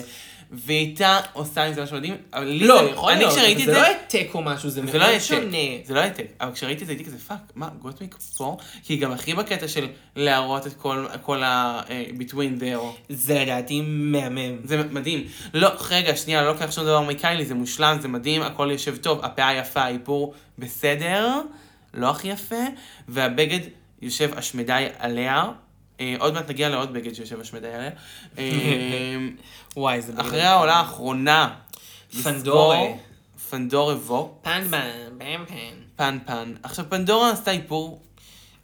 [SPEAKER 3] והיא הייתה עושה עם זה משהו מדהים, אבל לי
[SPEAKER 2] לא,
[SPEAKER 3] זה-
[SPEAKER 2] יכול
[SPEAKER 3] אני
[SPEAKER 2] להיות,
[SPEAKER 3] כשראיתי את
[SPEAKER 2] זה לא
[SPEAKER 3] זה,
[SPEAKER 2] העתק או משהו, זה
[SPEAKER 3] זה לא
[SPEAKER 2] מאוד
[SPEAKER 3] העתק,
[SPEAKER 2] שונה.
[SPEAKER 3] זה לא העתק, אבל כשראיתי את זה הייתי כזה פאק, מה, גוטמיק פה? כי היא גם הכי בקטע של להראות את כל- כל ה... אה, between there.
[SPEAKER 2] זה לדעתי מהמם.
[SPEAKER 3] זה מדהים. לא, רגע, שנייה, אני לא לוקח שום דבר מקיילי, זה מושלם, זה מדהים, הכל יושב טוב, הפאה יפה, האיפור בסדר, לא הכי יפה, והבגד יושב השמדי עליה. אה, עוד מעט נגיע לעוד בגד שיושב השמדי עליה. אה,
[SPEAKER 2] (laughs) וואי, זה בגלל-
[SPEAKER 3] אחרי העולה האחרונה,
[SPEAKER 2] פנדורה.
[SPEAKER 3] לזכור- פנדורה וו,
[SPEAKER 2] פנדמן, פנדמן.
[SPEAKER 3] פן פן. עכשיו, פנדורה עשתה איפור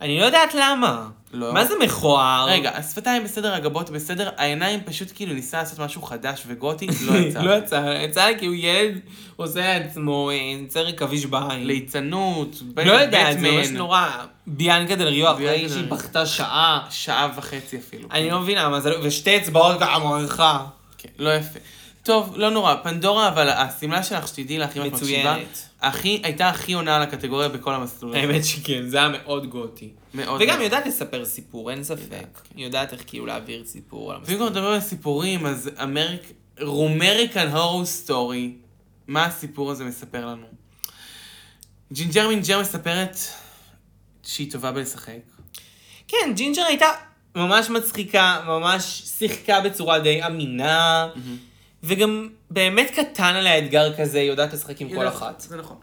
[SPEAKER 2] אני לא יודעת למה.
[SPEAKER 3] לא.
[SPEAKER 2] מה זה מכוער?
[SPEAKER 3] רגע, השפתיים בסדר, הגבות בסדר, העיניים פשוט כאילו ניסה לעשות משהו חדש וגותי,
[SPEAKER 2] (laughs)
[SPEAKER 3] לא יצא.
[SPEAKER 2] לא יצא, יצא כי הוא ילד עושה לעצמו אה, צרק עכביש בעין.
[SPEAKER 3] ליצנות, בטמן.
[SPEAKER 2] לא יודעת, זה ממש נורא. ביאנקה דל ריו, אחרי
[SPEAKER 3] ביאנקה דל
[SPEAKER 2] שהיא
[SPEAKER 3] ריו.
[SPEAKER 2] בכתה שעה.
[SPEAKER 3] שעה וחצי אפילו.
[SPEAKER 2] אני לא מבינה מה זה, ושתי אצבעות ככה מעריכה.
[SPEAKER 3] כן, לא יפה. טוב, לא נורא. פנדורה, אבל השמלה שלך, שתדעי לך, אם את מקשיבה,
[SPEAKER 2] מצוינת.
[SPEAKER 3] הכי, הייתה הכי עונה על הקטגוריה בכל המסלול. הזה.
[SPEAKER 2] האמת שכן, זה היה מאוד גותי.
[SPEAKER 3] מאוד.
[SPEAKER 2] וגם יודעת לספר סיפור, אין ספק.
[SPEAKER 3] לא. יודעת, כן.
[SPEAKER 2] יודעת איך כאילו להעביר סיפור. על המסלול.
[SPEAKER 3] ואם כבר מדברים על סיפורים, אז אמריק... רומריקן הורו סטורי. מה הסיפור הזה מספר לנו? ג'ינג'ר מינג'ר מספרת שהיא טובה בלשחק.
[SPEAKER 2] כן, ג'ינג'ר הייתה ממש מצחיקה, ממש שיחקה בצורה די אמינה, וגם באמת קטן עליה אתגר כזה, היא יודעת לשחק עם כל
[SPEAKER 3] יודעת,
[SPEAKER 2] אחת.
[SPEAKER 3] זה נכון.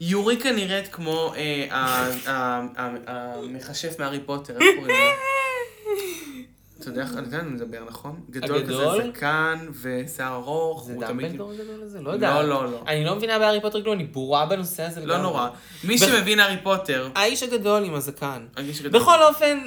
[SPEAKER 3] יוריקה נראית כמו אה, ה- ה- ה- המכשף מהארי פוטר, איך קוראים לה? אתה יודע איך, אתה יודע על מי מדבר, נכון? גדול כזה
[SPEAKER 2] הגדול?
[SPEAKER 3] זקן ושיער ארוך.
[SPEAKER 2] זה
[SPEAKER 3] הוא תמיד-
[SPEAKER 2] דמבלדור הגדול הזה? לא יודע.
[SPEAKER 3] לא, לא, לא.
[SPEAKER 2] אני לא מבינה בהארי פוטר כלום, אני בורה בנושא הזה.
[SPEAKER 3] לא
[SPEAKER 2] לגמרי.
[SPEAKER 3] נורא. מי שמבין הארי פוטר,
[SPEAKER 2] האיש הגדול עם הזקן.
[SPEAKER 3] האיש הגדול.
[SPEAKER 2] בכל אופן,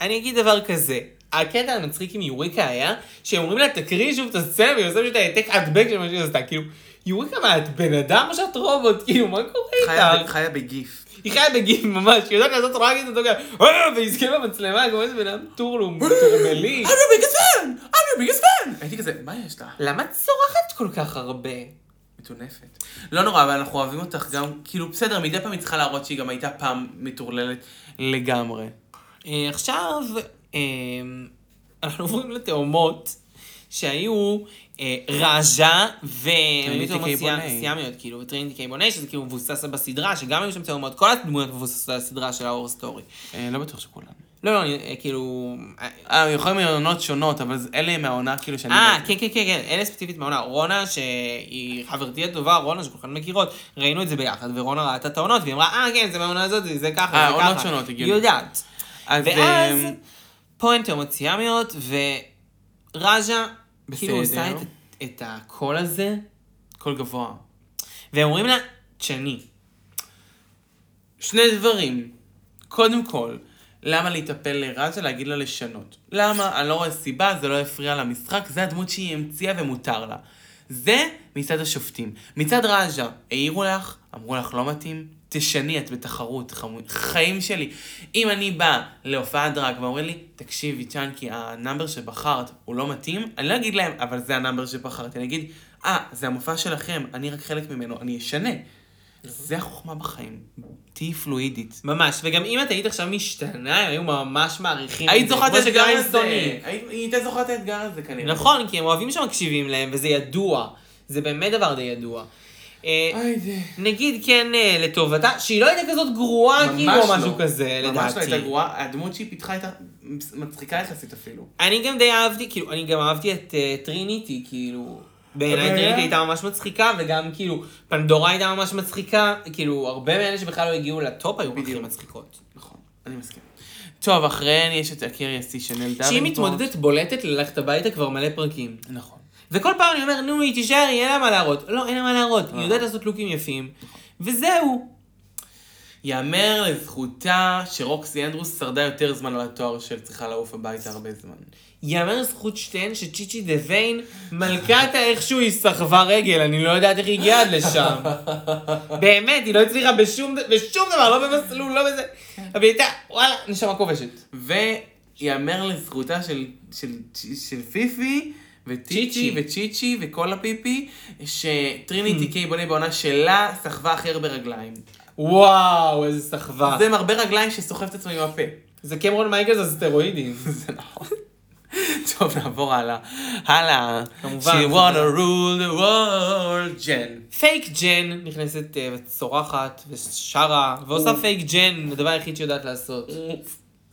[SPEAKER 2] אני אגיד דבר כזה. הקטע המצחיק עם יוריקה היה, שהם אומרים לה, תקריאי שוב את הסצנה, והיא עושה פשוט העתק הדבק של מה שהיא עשתה. כאילו, יוריקה, מה, את בן אדם או שאת רובוט? כאילו, מה קורה
[SPEAKER 3] חיה ב-
[SPEAKER 2] איתך?
[SPEAKER 3] חיה בגיף.
[SPEAKER 2] היא חיה בגיל ממש, היא יודעת לעשות רק את אותו גם, "אה", ויזכה במצלמה, כמו איזה בן אדם טורלום, טורמלי.
[SPEAKER 3] I'm your biggest fan! I'm your biggest fan! הייתי כזה, מה יש לה?
[SPEAKER 2] למה את צורחת כל כך הרבה?
[SPEAKER 3] מטונפת. לא נורא, אבל אנחנו אוהבים אותך גם, כאילו, בסדר, מדי פעם היא צריכה להראות שהיא גם הייתה פעם מטורללת לגמרי.
[SPEAKER 2] אה, עכשיו, אה, אנחנו עוברים לתאומות שהיו אה, ראז'ה ו...
[SPEAKER 3] טריניטי
[SPEAKER 2] תאומות
[SPEAKER 3] קיי
[SPEAKER 2] סיה-
[SPEAKER 3] בוני.
[SPEAKER 2] סיאמיות, כאילו, וטריניטי קייבוני, שזה כאילו מבוסס בסדרה, שגם היו שם תאומות, כל הדמויות מבוססות על הסדרה של האור סטורי.
[SPEAKER 3] אה, לא בטוח שכולם.
[SPEAKER 2] לא, לא, אני, אה, כאילו... אה,
[SPEAKER 3] אה, יכולים מעונות שונות, אבל זה- אלה הם מהעונה כאילו שאני...
[SPEAKER 2] אה, כן,
[SPEAKER 3] ראיתי.
[SPEAKER 2] כן, כן, כן, אלה ספציפית מהעונה. רונה, שהיא חברתי הטובה, רונה, שכולכן מכירות, ראינו את זה ביחד, ורונה ראתה את העונות, והיא אמרה, אה, כן, זה מהעונה הזאת, זה ככה, זה ככה.
[SPEAKER 3] אה, עונות שונות, הגיוני.
[SPEAKER 2] היא יודעת.
[SPEAKER 3] אז,
[SPEAKER 2] ואז,
[SPEAKER 3] אמ,
[SPEAKER 2] פה הן תאומות סיאמיות, וראז'ה, כאילו
[SPEAKER 3] בסדר.
[SPEAKER 2] עושה את, את הקול הזה,
[SPEAKER 3] קול גבוה.
[SPEAKER 2] והם אומרים לה, תשני.
[SPEAKER 3] שני דברים. קודם כל, למה להיטפל לראז'ה? להגיד לה לשנות. למה? אני לא רואה סיבה, זה לא הפריע למשחק, זה הדמות שהיא המציאה ומותר לה. זה מצד השופטים. מצד ראז'ה, העירו לך, אמרו לך לא מתאים, תשני, את בתחרות, חמו... חיים שלי. אם אני באה להופעת דרג ואומרים לי, תקשיבי צ'אנקי, הנאמבר שבחרת הוא לא מתאים, אני לא אגיד להם, אבל זה הנאמבר שבחרתי, אני אגיד, אה, זה המופע שלכם, אני רק חלק ממנו, אני אשנה. זה החוכמה בחיים, תהיי פלואידית.
[SPEAKER 2] ממש, וגם אם את היית עכשיו משתנה, הם היו ממש מעריכים.
[SPEAKER 3] היית
[SPEAKER 2] את זה,
[SPEAKER 3] זוכרת
[SPEAKER 2] כמו
[SPEAKER 3] את האתגר
[SPEAKER 2] שגריימס
[SPEAKER 3] הזה,
[SPEAKER 2] טוני.
[SPEAKER 3] היית- היית זוכרת את האתגר הזה כנראה.
[SPEAKER 2] נכון, כי הם אוהבים שמקשיבים להם, וזה ידוע. זה באמת דבר די ידוע. אה,
[SPEAKER 3] היידה.
[SPEAKER 2] נגיד כן אה, לטובתה, שהיא לא הייתה כזאת גרועה, כאילו, או משהו כזה, לדעתי.
[SPEAKER 3] לא. ממש לא הייתה גרועה, הדמות שהיא פיתחה הייתה מצחיקה יחסית אפילו.
[SPEAKER 2] אני גם די אהבתי, כאילו, אני גם אהבתי את אה, טריניטי, כאילו, בעיניי
[SPEAKER 3] אבל
[SPEAKER 2] טריניטי
[SPEAKER 3] היה-
[SPEAKER 2] הייתה ממש מצחיקה, וגם כאילו, פנדורה הייתה ממש מצחיקה, כאילו, הרבה מאלה שבכלל לא הגיעו לטופ היו הכי
[SPEAKER 3] בדיוק.
[SPEAKER 2] מצחיקות.
[SPEAKER 3] נכון, אני מסכים. טוב, אחריהן יש את אקירי אסי שנל דארנפורט.
[SPEAKER 2] שהיא מתמודדת בולטת ללכת הביתה כבר מלא פרקים.
[SPEAKER 3] נכון.
[SPEAKER 2] וכל פעם אני אומר, נו, היא תישאר, יהיה לה מה להראות. לא, אין לה מה להראות, היא
[SPEAKER 3] אה.
[SPEAKER 2] יודעת לעשות לוקים יפים, וזהו.
[SPEAKER 3] יאמר לזכותה שרוקסי אנדרוס שרדה יותר זמן על התואר של צריכה לעוף הביתה הרבה זמן.
[SPEAKER 2] יאמר לזכות שתיהן שצ'יצ'י דה ויין, מלכת האיכשהו היא סחבה רגל, אני לא יודעת איך היא הגיעה עד לשם. באמת, היא לא הצליחה בשום, ד- בשום דבר, לא במסלול, לא בזה. אבל היא הייתה, וואלה, נשמה כובשת.
[SPEAKER 3] ויאמר לזכותה של, של, של פיפי, וטיצ'י,
[SPEAKER 2] צ'יצ'י. Hmm.
[SPEAKER 3] וצ'יצ'י, וכל הפיפי, שטריניטי קיי בונה בעונה שלה, סחבה הכי הרבה רגליים.
[SPEAKER 2] וואו, איזה סחבה.
[SPEAKER 3] זה מרבה רגליים שסוחב את עצמו עם הפה. (laughs)
[SPEAKER 2] זה קמרון מייקלס הסטרואידים.
[SPEAKER 3] זה נכון. טוב, נעבור הלאה. הלאה.
[SPEAKER 2] כמובן,
[SPEAKER 3] She
[SPEAKER 2] כמובן.
[SPEAKER 3] wanna rule the world, ג'ן.
[SPEAKER 2] פייק ג'ן נכנסת אה, וצורחת ושרה, ועושה פייק ג'ן, הדבר היחיד שהיא יודעת לעשות.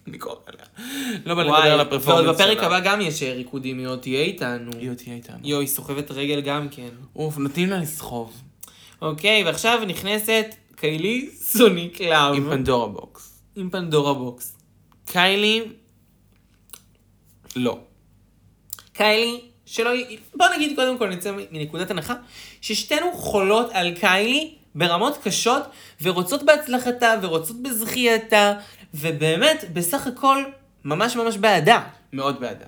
[SPEAKER 3] אני קורא עליה. לא בא לי
[SPEAKER 2] וואי,
[SPEAKER 3] לדבר על
[SPEAKER 2] ועוד
[SPEAKER 3] הפרפורמנס שלה.
[SPEAKER 2] בפרק הבא גם יש אה, ריקודים, היא עוד תהיה איתנו.
[SPEAKER 3] יו, תהיה איתנו.
[SPEAKER 2] יואי, סוחבת רגל גם כן.
[SPEAKER 3] אוף, נותנים לה לסחוב.
[SPEAKER 2] אוקיי, ועכשיו נכנסת קיילי סוניק לאב
[SPEAKER 3] עם פנדורה בוקס.
[SPEAKER 2] עם פנדורה בוקס.
[SPEAKER 3] קיילי... לא.
[SPEAKER 2] קיילי, שלא... י- בוא נגיד קודם כל נצא מנקודת הנחה ששתינו חולות על קיילי ברמות קשות ורוצות בהצלחתה ורוצות בזכייתה ובאמת בסך הכל ממש ממש בעדה.
[SPEAKER 3] מאוד בעדה.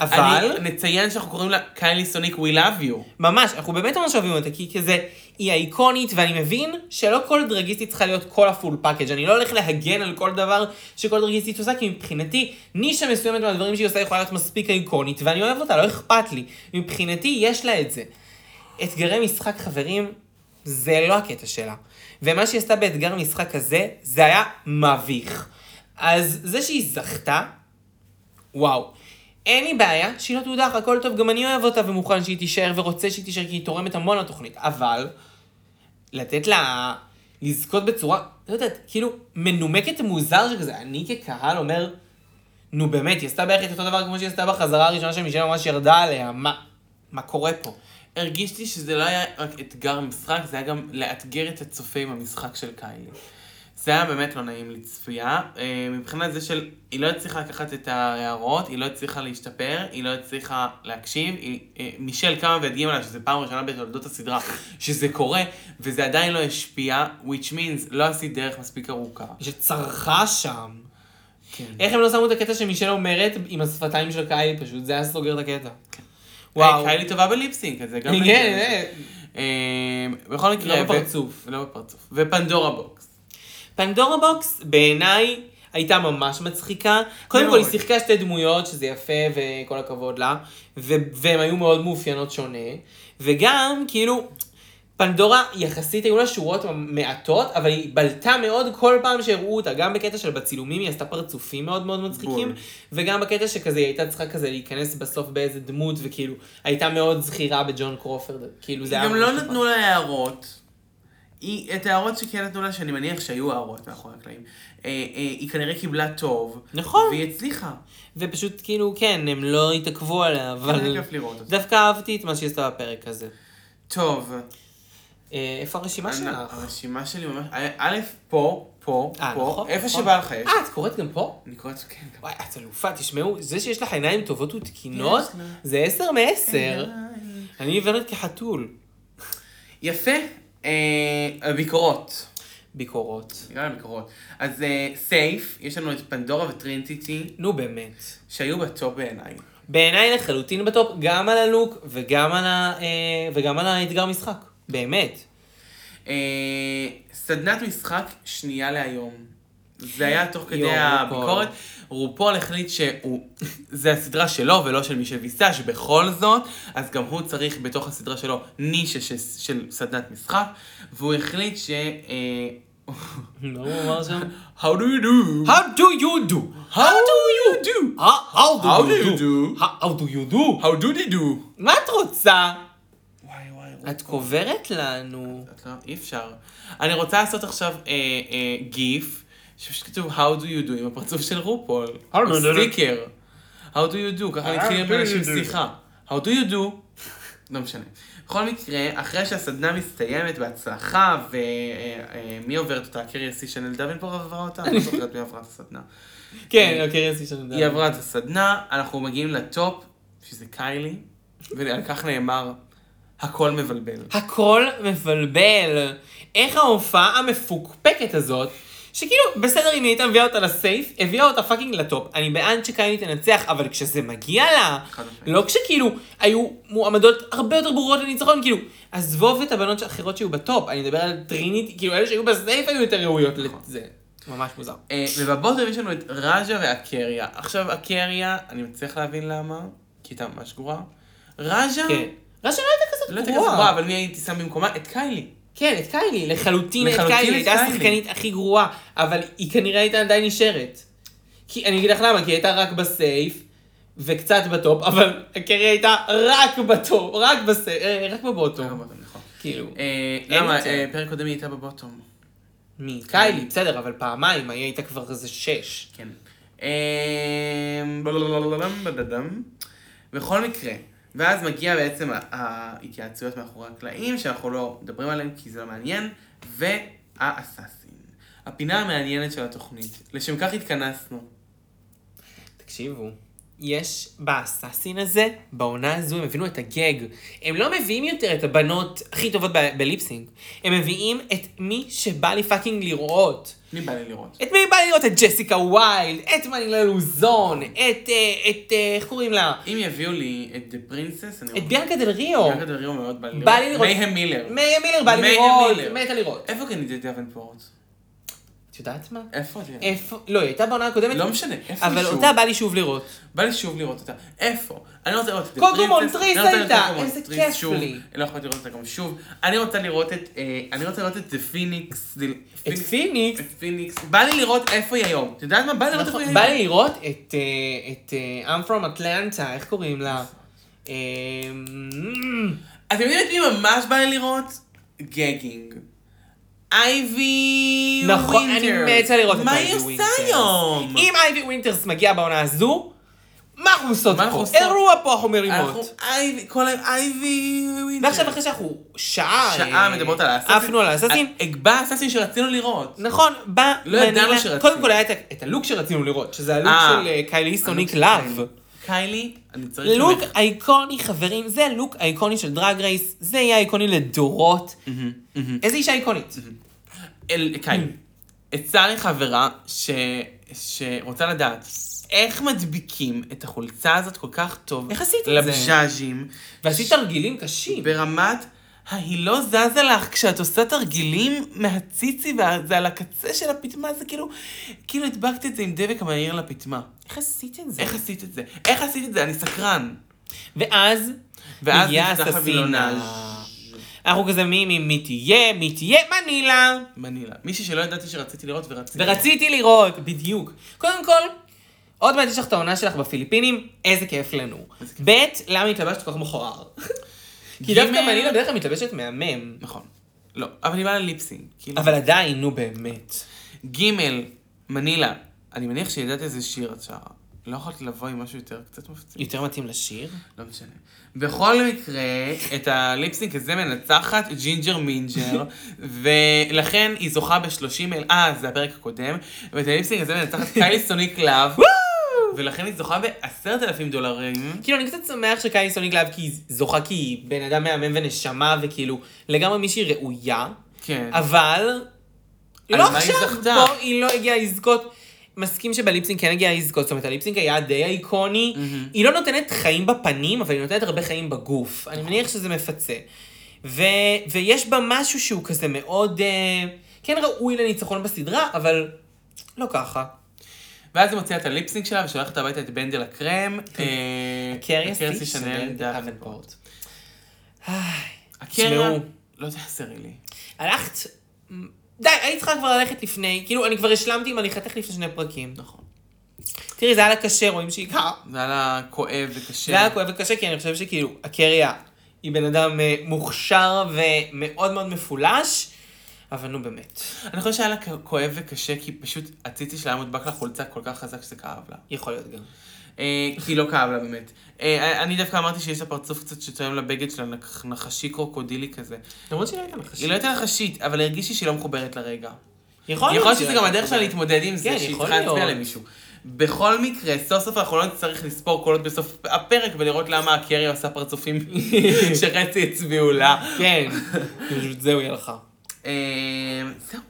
[SPEAKER 2] אבל
[SPEAKER 3] אני נציין שאנחנו קוראים לה קיילי סוניק We Love You.
[SPEAKER 2] ממש, אנחנו באמת ממש אוהבים אותה, כי כזה, היא האיקונית, ואני מבין שלא כל דרגיסטית צריכה להיות כל הפול פאקג'. אני לא הולך להגן על כל דבר שכל דרגיסטית עושה, כי מבחינתי, נישה מסוימת מהדברים שהיא עושה יכולה להיות מספיק איקונית, ואני אוהב אותה, לא אכפת לי. מבחינתי, יש לה את זה. אתגרי משחק, חברים, זה לא הקטע שלה. ומה שהיא עשתה באתגר משחק הזה, זה היה מביך. אז זה שהיא זכתה, וואו. אין לי בעיה, שהיא לא תודח, הכל טוב, גם אני אוהב אותה ומוכן שהיא תישאר ורוצה שהיא תישאר, כי היא תורמת המון לתוכנית. אבל, לתת לה לזכות בצורה, לא יודעת, כאילו, מנומקת מוזר שכזה. אני כקהל אומר, נו באמת, היא עשתה בערך את אותו דבר כמו שהיא עשתה בחזרה הראשונה שמישל ממש ירדה עליה, מה, מה קורה פה?
[SPEAKER 3] הרגישתי שזה לא היה רק אתגר משחק, זה היה גם לאתגר את הצופה עם המשחק של קיילי. זה היה באמת לא נעים לצפייה, אה, מבחינת זה של, היא לא הצליחה לקחת את ההערות, היא לא הצליחה להשתפר, היא לא הצליחה להקשיב, היא, אה, מישל קמה והדגימה לה שזו פעם ראשונה בתולדות הסדרה שזה קורה, וזה עדיין לא השפיע, which means לא עשית דרך מספיק ארוכה.
[SPEAKER 2] שצרחה שם.
[SPEAKER 3] כן.
[SPEAKER 2] איך הם לא שמו את הקטע שמישל אומרת עם השפתיים של קיילי פשוט, זה היה סוגר את הקטע.
[SPEAKER 3] וואו.
[SPEAKER 2] וואו.
[SPEAKER 3] אה, קיילי טובה בליפסינק, אז זה גם...
[SPEAKER 2] כן, כן.
[SPEAKER 3] אה, בכל מקרה...
[SPEAKER 2] לא
[SPEAKER 3] ו-
[SPEAKER 2] בפרצוף.
[SPEAKER 3] לא בפרצוף. ופנדורה בוקס.
[SPEAKER 2] פנדורה בוקס בעיניי הייתה ממש מצחיקה. קודם כל
[SPEAKER 3] מאוד.
[SPEAKER 2] היא שיחקה שתי דמויות, שזה יפה וכל הכבוד לה, ו- והן היו מאוד מאופיינות שונה. וגם, כאילו, פנדורה יחסית היו לה שורות מעטות, אבל היא בלטה מאוד כל פעם שהראו אותה, גם בקטע של בצילומים היא עשתה פרצופים מאוד מאוד מצחיקים,
[SPEAKER 3] בול.
[SPEAKER 2] וגם בקטע שכזה היא הייתה צריכה כזה להיכנס בסוף באיזה דמות, וכאילו, הייתה מאוד זכירה בג'ון קרופרד, כאילו זה היה...
[SPEAKER 3] גם לא
[SPEAKER 2] ממש
[SPEAKER 3] נתנו לה הערות. היא, את ההערות שכן נתנו לה, שאני מניח שהיו הערות מאחורי הקלעים, אה, אה, היא כנראה קיבלה טוב.
[SPEAKER 2] נכון.
[SPEAKER 3] והיא הצליחה.
[SPEAKER 2] ופשוט כאילו, כן, הם לא התעכבו עליה, אבל...
[SPEAKER 3] כיף לראות אותה.
[SPEAKER 2] דווקא אהבתי את מה שהיא עשתה בפרק הזה.
[SPEAKER 3] טוב.
[SPEAKER 2] אה, איפה הרשימה שלך?
[SPEAKER 3] הרשימה שלי ממש... אה, א', פה, פה,
[SPEAKER 2] אה,
[SPEAKER 3] פה,
[SPEAKER 2] נכון,
[SPEAKER 3] איפה
[SPEAKER 2] נכון.
[SPEAKER 3] שבא לך יש.
[SPEAKER 2] אה, את קוראת גם פה?
[SPEAKER 3] אני קוראת, כן.
[SPEAKER 2] וואי, את אלופה, תשמעו, זה שיש לך עיניים טובות ותקינות,
[SPEAKER 3] יש לה.
[SPEAKER 2] זה עשר מעשר. אני עיוורת כחתול.
[SPEAKER 3] יפה. אה, הביקורות.
[SPEAKER 2] ביקורות.
[SPEAKER 3] בגלל הביקורות. אז אה, סייף, יש לנו את פנדורה וטרינטיטי,
[SPEAKER 2] נו באמת.
[SPEAKER 3] שהיו בטופ בעיניי.
[SPEAKER 2] בעיניי לחלוטין בטופ, גם על הלוק וגם על ה- אה, וגם על האתגר משחק. באמת.
[SPEAKER 3] אה, סדנת משחק שנייה להיום. זה היה תוך כדי
[SPEAKER 2] יואו,
[SPEAKER 3] הביקורת. רופול החליט שהוא, (laughs) זה הסדרה שלו ולא של מישל ויסה, שבכל זאת, אז גם הוא צריך בתוך הסדרה שלו נישה של, של סדנת משחק, והוא החליט ש... אה, (laughs)
[SPEAKER 2] מה הוא אמר לא שם?
[SPEAKER 3] How do you do?
[SPEAKER 2] How do you do?
[SPEAKER 3] How do you do?
[SPEAKER 2] How- How
[SPEAKER 3] How
[SPEAKER 2] do you do? How do you do?
[SPEAKER 3] How do they do?
[SPEAKER 2] מה את רוצה?
[SPEAKER 3] וואי וואי.
[SPEAKER 2] את קוברת לנו.
[SPEAKER 3] את לא- אי אפשר. אני רוצה לעשות עכשיו אה, אה, גיף, שפשוט כתוב How do you do עם הפרצוף של רופול.
[SPEAKER 2] How do you
[SPEAKER 3] או
[SPEAKER 2] do?
[SPEAKER 3] סטיקר. How do you do, ככה
[SPEAKER 2] How
[SPEAKER 3] נתחיל עם
[SPEAKER 2] do you
[SPEAKER 3] אנשים
[SPEAKER 2] do?
[SPEAKER 3] שיחה. How do you do? לא משנה. בכל מקרה, אחרי שהסדנה מסתיימת בהצלחה, ומי עוברת אותה? קריאסי שנל דוינפור עברה אותה? אני לא זוכרת מי עברה את הסדנה.
[SPEAKER 2] כן, אוקיי, רציתי שאני
[SPEAKER 3] היא עברה את הסדנה, אנחנו מגיעים לטופ, שזה קיילי, ועל כך נאמר, הכל מבלבל.
[SPEAKER 2] הכל מבלבל. איך ההופעה המפוקפקת הזאת, שכאילו, בסדר אם היא הייתה מביאה אותה לסייף, הביאה אותה פאקינג לטופ. אני בעד שקיילי תנצח, אבל כשזה מגיע לה,
[SPEAKER 3] חד משמעית.
[SPEAKER 2] לא כשכאילו היו מועמדות הרבה יותר ברורות לניצחון, כאילו, עזבוב את הבנות האחרות שהיו בטופ, אני מדבר על טריניטי, כאילו, אלה שהיו בסייף היו יותר ראויות
[SPEAKER 3] נכון.
[SPEAKER 2] לזה. ממש מוזר.
[SPEAKER 3] אה, ובבוטום יש לנו את רג'ה ואקריה. עכשיו, אקריה, אני מצליח להבין למה, כי הייתה ממש גרועה. רג'ה,
[SPEAKER 2] כן. רש"י לא הייתה
[SPEAKER 3] לא
[SPEAKER 2] כזאת
[SPEAKER 3] הייתה כזה גרועה,
[SPEAKER 2] גרועה.
[SPEAKER 3] אבל מי הייתי שם במקומה? את קיילי.
[SPEAKER 2] כן, את קיילי, לחלוטין את
[SPEAKER 3] לחלוטין
[SPEAKER 2] קיילי,
[SPEAKER 3] את
[SPEAKER 2] הייתה
[SPEAKER 3] קיילי.
[SPEAKER 2] השחקנית הכי גרועה, אבל היא כנראה הייתה עדיין נשארת. כי, אני אגיד לך למה, כי היא הייתה רק בסייף, וקצת בטופ, אבל הקרי הייתה רק בטופ, רק בסייף, אה, רק בבוטום.
[SPEAKER 3] בבוטום, נכון.
[SPEAKER 2] כאילו,
[SPEAKER 3] אה,
[SPEAKER 2] אין
[SPEAKER 3] למה?
[SPEAKER 2] יותר.
[SPEAKER 3] אה, פרק קודם היא הייתה בבוטום. אה.
[SPEAKER 2] מי? קיילי, בסדר, אבל פעמיים, היא הייתה כבר איזה שש.
[SPEAKER 3] כן. אה, בלללללם, בדדם. בכל מקרה, ואז מגיע בעצם ה- ההתייעצויות מאחורי הקלעים, שאנחנו לא מדברים עליהן כי זה לא מעניין, והאסאסין. הפינה המעניינת של התוכנית. לשם כך התכנסנו.
[SPEAKER 2] תקשיבו, יש באסאסין הזה, בעונה הזו, הם הבינו את הגג. הם לא מביאים יותר את הבנות הכי טובות ב- בליפסינג. הם מביאים את מי שבא לי פאקינג לראות.
[SPEAKER 3] מי בא לי לראות?
[SPEAKER 2] את מי בא לראות? את ג'סיקה ויילד, את מנילה לוזון, את, אה, את, אה, איך קוראים לה?
[SPEAKER 3] אם יביאו לי את דה פרינסס, אני
[SPEAKER 2] את ביאנקה דל ריו.
[SPEAKER 3] ביאנקה דל ריו מאוד בא לי לראות.
[SPEAKER 2] בא לי לראות.
[SPEAKER 3] מייהם מילר.
[SPEAKER 2] מאיה מילר בא לי
[SPEAKER 3] מאיה
[SPEAKER 2] לראות,
[SPEAKER 3] מילר.
[SPEAKER 2] מתה לראות.
[SPEAKER 3] איפה קנית את דוונפורט?
[SPEAKER 2] את יודעת מה?
[SPEAKER 3] איפה את?
[SPEAKER 2] איפה? לא, היא הייתה בעונה הקודמת.
[SPEAKER 3] לא משנה, איפה
[SPEAKER 2] אבל
[SPEAKER 3] שוב?
[SPEAKER 2] אותה בא לי שוב לראות.
[SPEAKER 3] בא לי שוב לראות אותה. איפה? אני לא רוצה לראות את דה
[SPEAKER 2] קוקו
[SPEAKER 3] פרינסס.
[SPEAKER 2] מונטריס
[SPEAKER 3] אני לא רוצה לראות את
[SPEAKER 2] הייתה,
[SPEAKER 3] קוקו
[SPEAKER 2] איזה
[SPEAKER 3] מונטריס
[SPEAKER 2] כיף
[SPEAKER 3] שוב.
[SPEAKER 2] לי.
[SPEAKER 3] אני לא יכולתי לראות אותה גם שוב. אני רוצה לראות את... אה, אני רוצה לראות את דה פיניקס. דה-
[SPEAKER 2] את
[SPEAKER 3] פיניקס-
[SPEAKER 2] פיניקס.
[SPEAKER 3] את פיניקס. בא לי לראות איפה היא היום. את יודעת מה? בא לי לראות איפה
[SPEAKER 2] נכון,
[SPEAKER 3] היא היום.
[SPEAKER 2] בא לי לראות את, אה, את אה, I'm from Atlanta, איך קוראים לה? אה, מ-
[SPEAKER 3] אתם יודעים את מי ממש בא לי לראות? גגינג. אייבי
[SPEAKER 2] נכון, אני
[SPEAKER 3] ווינטרס.
[SPEAKER 2] מתה לראות את
[SPEAKER 3] מה
[SPEAKER 2] אייבי
[SPEAKER 3] היא עושה
[SPEAKER 2] ווינטרס.
[SPEAKER 3] היום?
[SPEAKER 2] אם אייבי ווינטרס מגיעה בעונה הזו, מה אנחנו עושות
[SPEAKER 3] מה אנחנו
[SPEAKER 2] פה?
[SPEAKER 3] עושות?
[SPEAKER 2] אירוע פה אנחנו
[SPEAKER 3] אנחנו
[SPEAKER 2] מרימות.
[SPEAKER 3] אייבי, כל היום אייבי ווינטר.
[SPEAKER 2] ועכשיו אחרי שאנחנו שעה...
[SPEAKER 3] שעה
[SPEAKER 2] אה,
[SPEAKER 3] מדברות על האססין.
[SPEAKER 2] עפנו על האססין.
[SPEAKER 3] אה, בא האססין שרצינו לראות.
[SPEAKER 2] נכון, בא...
[SPEAKER 3] לא ידענו
[SPEAKER 2] מנילה-
[SPEAKER 3] שרצינו.
[SPEAKER 2] קודם כל היה את ה- את הלוק שרצינו לראות, שזה הלוק
[SPEAKER 3] אה.
[SPEAKER 2] של אה, קיילי סוניק
[SPEAKER 3] הלוק של
[SPEAKER 2] לאב.
[SPEAKER 3] קיילי, אני צריך...
[SPEAKER 2] לוק
[SPEAKER 3] ממך.
[SPEAKER 2] אייקוני, חברים, זה לוק אייקוני של דרג רייס, זה יהיה אייקוני לדורות. איזה אישה איקונית.
[SPEAKER 3] אל- קיילי.
[SPEAKER 2] Mm.
[SPEAKER 3] יצאה לי חברה ש... שרוצה לדעת איך מדביקים את החולצה הזאת כל כך טוב.
[SPEAKER 2] איך עשית את זה?
[SPEAKER 3] לבז'אז'ים.
[SPEAKER 2] ועשית תרגילים קשים.
[SPEAKER 3] ברמת ההיא לא זזה לך כשאת עושה תרגילים מהציצי וזה על הקצה של הפטמה, זה כאילו, כאילו הדבקת את זה עם דבק מהיר לפטמה.
[SPEAKER 2] איך עשית את זה?
[SPEAKER 3] איך עשית את זה? איך עשית את זה? אני סקרן.
[SPEAKER 2] ואז,
[SPEAKER 3] ואז
[SPEAKER 2] מגיעה
[SPEAKER 3] נפתח
[SPEAKER 2] הססינה.
[SPEAKER 3] הווילונאז'.
[SPEAKER 2] אנחנו כזה מימים, מי תהיה, מי תהיה מנילה.
[SPEAKER 3] מנילה. מישהי שלא ידעתי שרציתי לראות ורציתי.
[SPEAKER 2] ורציתי לראות, בדיוק. קודם כל, עוד מעט יש לך את העונה שלך בפיליפינים, איזה כיף לנו. ב', למה התלבשת כל כך מכוער? כי
[SPEAKER 3] ג',
[SPEAKER 2] דווקא מנילה בדרך כלל מתלבשת מהמם.
[SPEAKER 3] נכון. לא, אבל היא באה לליפסינג. כאילו.
[SPEAKER 2] אבל עדיין, נו באמת.
[SPEAKER 3] ג' מנילה. אני מניח שידעת איזה שיר את שרה. לא יכולת לבוא עם משהו יותר קצת מפציע.
[SPEAKER 2] יותר מתאים לשיר?
[SPEAKER 3] לא משנה. בכל מקרה, את הליפסינק הזה מנצחת ג'ינג'ר מינג'ר, ולכן היא זוכה ב-30 אל... אה, זה הפרק הקודם. ואת הליפסינק הזה מנצחת קיילי
[SPEAKER 2] (laughs)
[SPEAKER 3] סוניק לאב, ולכן היא זוכה ב-10,000 דולרים.
[SPEAKER 2] כאילו, אני קצת שמח שקיילי סוניק להב כי היא זוכה כי היא בן אדם מהמם ונשמה, וכאילו, לגמרי מישהי ראויה,
[SPEAKER 3] כן.
[SPEAKER 2] אבל...
[SPEAKER 3] על
[SPEAKER 2] לא
[SPEAKER 3] מה היא
[SPEAKER 2] עכשיו,
[SPEAKER 3] זכתה?
[SPEAKER 2] פה היא לא הגיעה לזכות. מסכים שבליפסינג כן הגיעה לזכות, זאת אומרת, הליפסינג היה די איקוני.
[SPEAKER 3] מהמם.
[SPEAKER 2] היא לא נותנת חיים בפנים, אבל היא נותנת הרבה חיים בגוף. אני
[SPEAKER 3] נכון.
[SPEAKER 2] מניח שזה מפצה. ו... ויש בה משהו שהוא כזה מאוד... אה, כן ראוי לניצחון בסדרה, אבל לא ככה.
[SPEAKER 3] ואז היא מוציאה את הליפסינק שלה ושולחת הביתה את בנדל הקרם.
[SPEAKER 2] כן.
[SPEAKER 3] אה,
[SPEAKER 2] קרייסי
[SPEAKER 3] הקרסי
[SPEAKER 2] שנל
[SPEAKER 3] דאבנפורט.
[SPEAKER 2] דאבנפורט.
[SPEAKER 3] הקרע,
[SPEAKER 2] תשמעו.
[SPEAKER 3] לא תחסרי לי.
[SPEAKER 2] הלכת... די, היית צריכה כבר ללכת לפני, כאילו, אני כבר השלמתי עם הליכתך לפני שני פרקים.
[SPEAKER 3] נכון. כן.
[SPEAKER 2] תראי, זה היה לה קשה, רואים שהיא קרה.
[SPEAKER 3] זה היה לה כואב וקשה.
[SPEAKER 2] זה היה כואב וקשה, כי אני חושב שכאילו, הקריה היא בן אדם אה, מוכשר ומאוד מאוד מפולש, אבל נו באמת,
[SPEAKER 3] אני חושב שהיה לה כ- כואב וקשה, כי פשוט הציצי שלה היה מודבק לחולצה כל כך חזק שזה כאב לה.
[SPEAKER 2] יכול להיות גם.
[SPEAKER 3] אה, כי לא כאב לה באמת. אה, אני דווקא אמרתי שיש לה פרצוף קצת שתואם לבגד שלה, נח- נחשי קרוקודילי כזה.
[SPEAKER 2] למרות שהיא לא הייתה
[SPEAKER 3] היא
[SPEAKER 2] נחשית.
[SPEAKER 3] לא הייתה נחשית, אבל הרגישי שהיא לא מחוברת לרגע.
[SPEAKER 2] יכול
[SPEAKER 3] יכול להיות
[SPEAKER 2] שהיא
[SPEAKER 3] שזה
[SPEAKER 2] לא
[SPEAKER 3] גם
[SPEAKER 2] הייתה
[SPEAKER 3] הדרך שלה
[SPEAKER 2] כזאת.
[SPEAKER 3] להתמודד עם זה,
[SPEAKER 2] כן,
[SPEAKER 3] שהיא
[SPEAKER 2] יכול
[SPEAKER 3] צריכה להצביע
[SPEAKER 2] להיות.
[SPEAKER 3] למישהו. בכל מקרה, סוף סוף אנחנו לא נצטרך לספור קולות בסוף הפרק ולראות למה הקרי עושה
[SPEAKER 2] (laughs)
[SPEAKER 3] פרצופים שחצי הצביעו לה.
[SPEAKER 2] כן,
[SPEAKER 3] (laughs)
[SPEAKER 2] פשוט זהו, היא הלכה.
[SPEAKER 3] אה, זהו.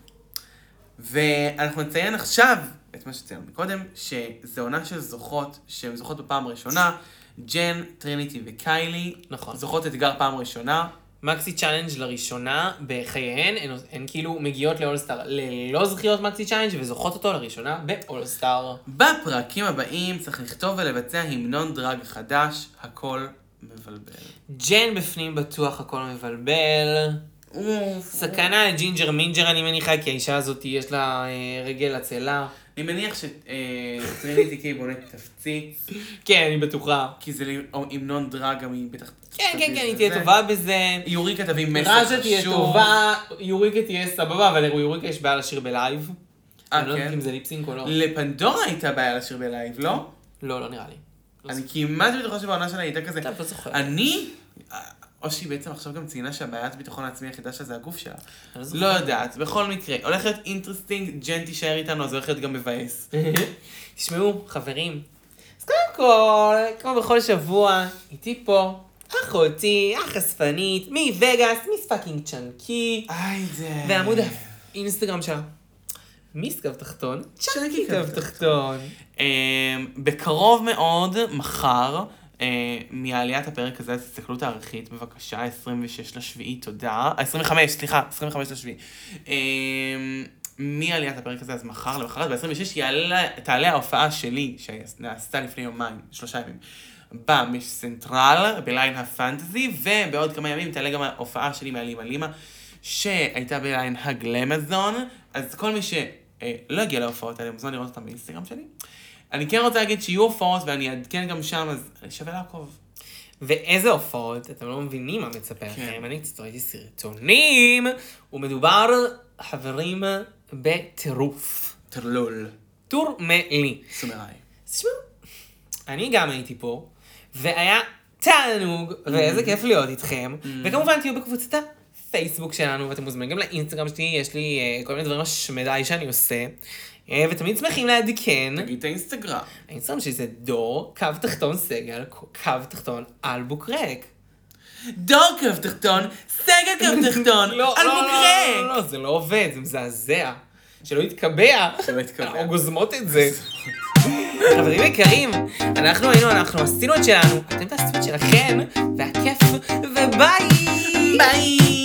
[SPEAKER 3] ואנחנו נציין עכשיו את מה שציינו מקודם, שזו עונה של זוכות, שהן זוכות בפעם הראשונה. ג'ן, טריניטי וקיילי.
[SPEAKER 2] נכון.
[SPEAKER 3] זוכות אתגר פעם ראשונה.
[SPEAKER 2] מקסי צ'אלנג' לראשונה בחייהן, הן, הן כאילו מגיעות לאולסטאר ללא זכיות מקסי צ'אלנג' וזוכות אותו לראשונה באולסטאר.
[SPEAKER 3] בפרקים הבאים צריך לכתוב ולבצע המנון דרג חדש, הכל מבלבל.
[SPEAKER 2] ג'ן בפנים בטוח הכל מבלבל.
[SPEAKER 3] אוף.
[SPEAKER 2] סכנה לג'ינג'ר מינג'ר אני מניחה, כי האישה הזאת יש לה אה, רגל עצלה.
[SPEAKER 3] אני מניח שטריניטי קיי בונה תפציץ,
[SPEAKER 2] כן, אני בטוחה.
[SPEAKER 3] כי זה המנון דרג, גם היא בטח...
[SPEAKER 2] כן, כן,
[SPEAKER 3] תפציץ
[SPEAKER 2] כן, היא
[SPEAKER 3] את
[SPEAKER 2] תהיה
[SPEAKER 3] זה.
[SPEAKER 2] טובה בזה.
[SPEAKER 3] יוריקה תביא מסר חשוב.
[SPEAKER 2] ראז'ה תהיה טובה, יוריקה תהיה סבבה, אבל ליוריקה יש בעיה לשיר בלייב.
[SPEAKER 3] אה,
[SPEAKER 2] אני לא יודעת
[SPEAKER 3] כן?
[SPEAKER 2] אם זה ליפסינק או לא.
[SPEAKER 3] לפנדורה הייתה בעיה לשיר בלייב, לא?
[SPEAKER 2] לא, לא נראה לי. לא
[SPEAKER 3] אני כמעט בטוחה שבעונה שלה היא הייתה כזה.
[SPEAKER 2] טוב, לא זוכרת.
[SPEAKER 3] אני... אה, או שהיא בעצם עכשיו גם ציינה שהבעיית ביטחון העצמי היחידה שלה זה הגוף שלה.
[SPEAKER 2] לא
[SPEAKER 3] לא
[SPEAKER 2] זוכרת.
[SPEAKER 3] יודעת, בכל מקרה. הולך להיות אינטרסטינג, ג'ן תישאר איתנו, אז הולך להיות גם מבאס.
[SPEAKER 2] (laughs) תשמעו, חברים, אז קודם כל, כמו בכל שבוע, איתי פה אחותי, החשפנית, מווגאס, מפאקינג צ'אנקי,
[SPEAKER 3] היי זה...
[SPEAKER 2] ועמוד האינסטגרם שלה. מיס גב תחתון, צ'אנקי גב תחתון.
[SPEAKER 3] אמ, בקרוב מאוד, מחר, אה, מעליית הפרק הזה, אז תסתכלו את הערכית, בבקשה, 26 לשביעי, תודה. אה, 25, סליחה, 25 לשביעי. אמ, מעליית הפרק הזה, אז מחר למחרת, ב-26 יעלה- תעלה ההופעה שלי, שנעשתה לפני יומיים, שלושה ימים, במיש סנטרל, בליין הפנטזי, ובעוד כמה ימים תעלה גם ההופעה שלי מעלימה לימה, שהייתה בליין הגלמזון, אז כל מי ש... אה, לא הגיע להופעות האלה, מוזמן לראות אותם באינסטגרם שלי. אני כן רוצה להגיד שיהיו הופעות ואני אעדכן גם שם, אז שווה לעקוב.
[SPEAKER 2] ואיזה הופעות, אתם לא מבינים מה מצפה לכם,
[SPEAKER 3] כן.
[SPEAKER 2] אני קצת ראיתי סרטונים, ומדובר, חברים, בטירוף.
[SPEAKER 3] טרלול.
[SPEAKER 2] טורמלי.
[SPEAKER 3] סומריי.
[SPEAKER 2] אז תשמעו, אני גם הייתי פה, והיה תענוג, ואיזה כיף להיות איתכם, וכמובן תהיו בקבוצת הפייסבוק שלנו, ואתם מוזמנים גם לאינסטגרם שלי, יש לי אה, כל מיני דברים השמדי שאני עושה, אה, ותמיד שמחים לעדכן.
[SPEAKER 3] תגיד את האינסטגרם.
[SPEAKER 2] האינסטגרם שלי זה דור, קו תחתון סגל, קו תחתון אלבוק ריק.
[SPEAKER 3] דור קו תחתון, סגל קו תחתון,
[SPEAKER 2] לא, לא, לא,
[SPEAKER 3] על
[SPEAKER 2] לא,
[SPEAKER 3] מוקרק.
[SPEAKER 2] לא, לא, זה לא עובד, זה מזעזע. שלא יתקבע.
[SPEAKER 3] שלא יתקבע.
[SPEAKER 2] אנחנו גוזמות את זה. חברים יקרים, אנחנו היינו, אנחנו עשינו את שלנו, אתם תעשו את שלכם, והכיף, וביי! ביי!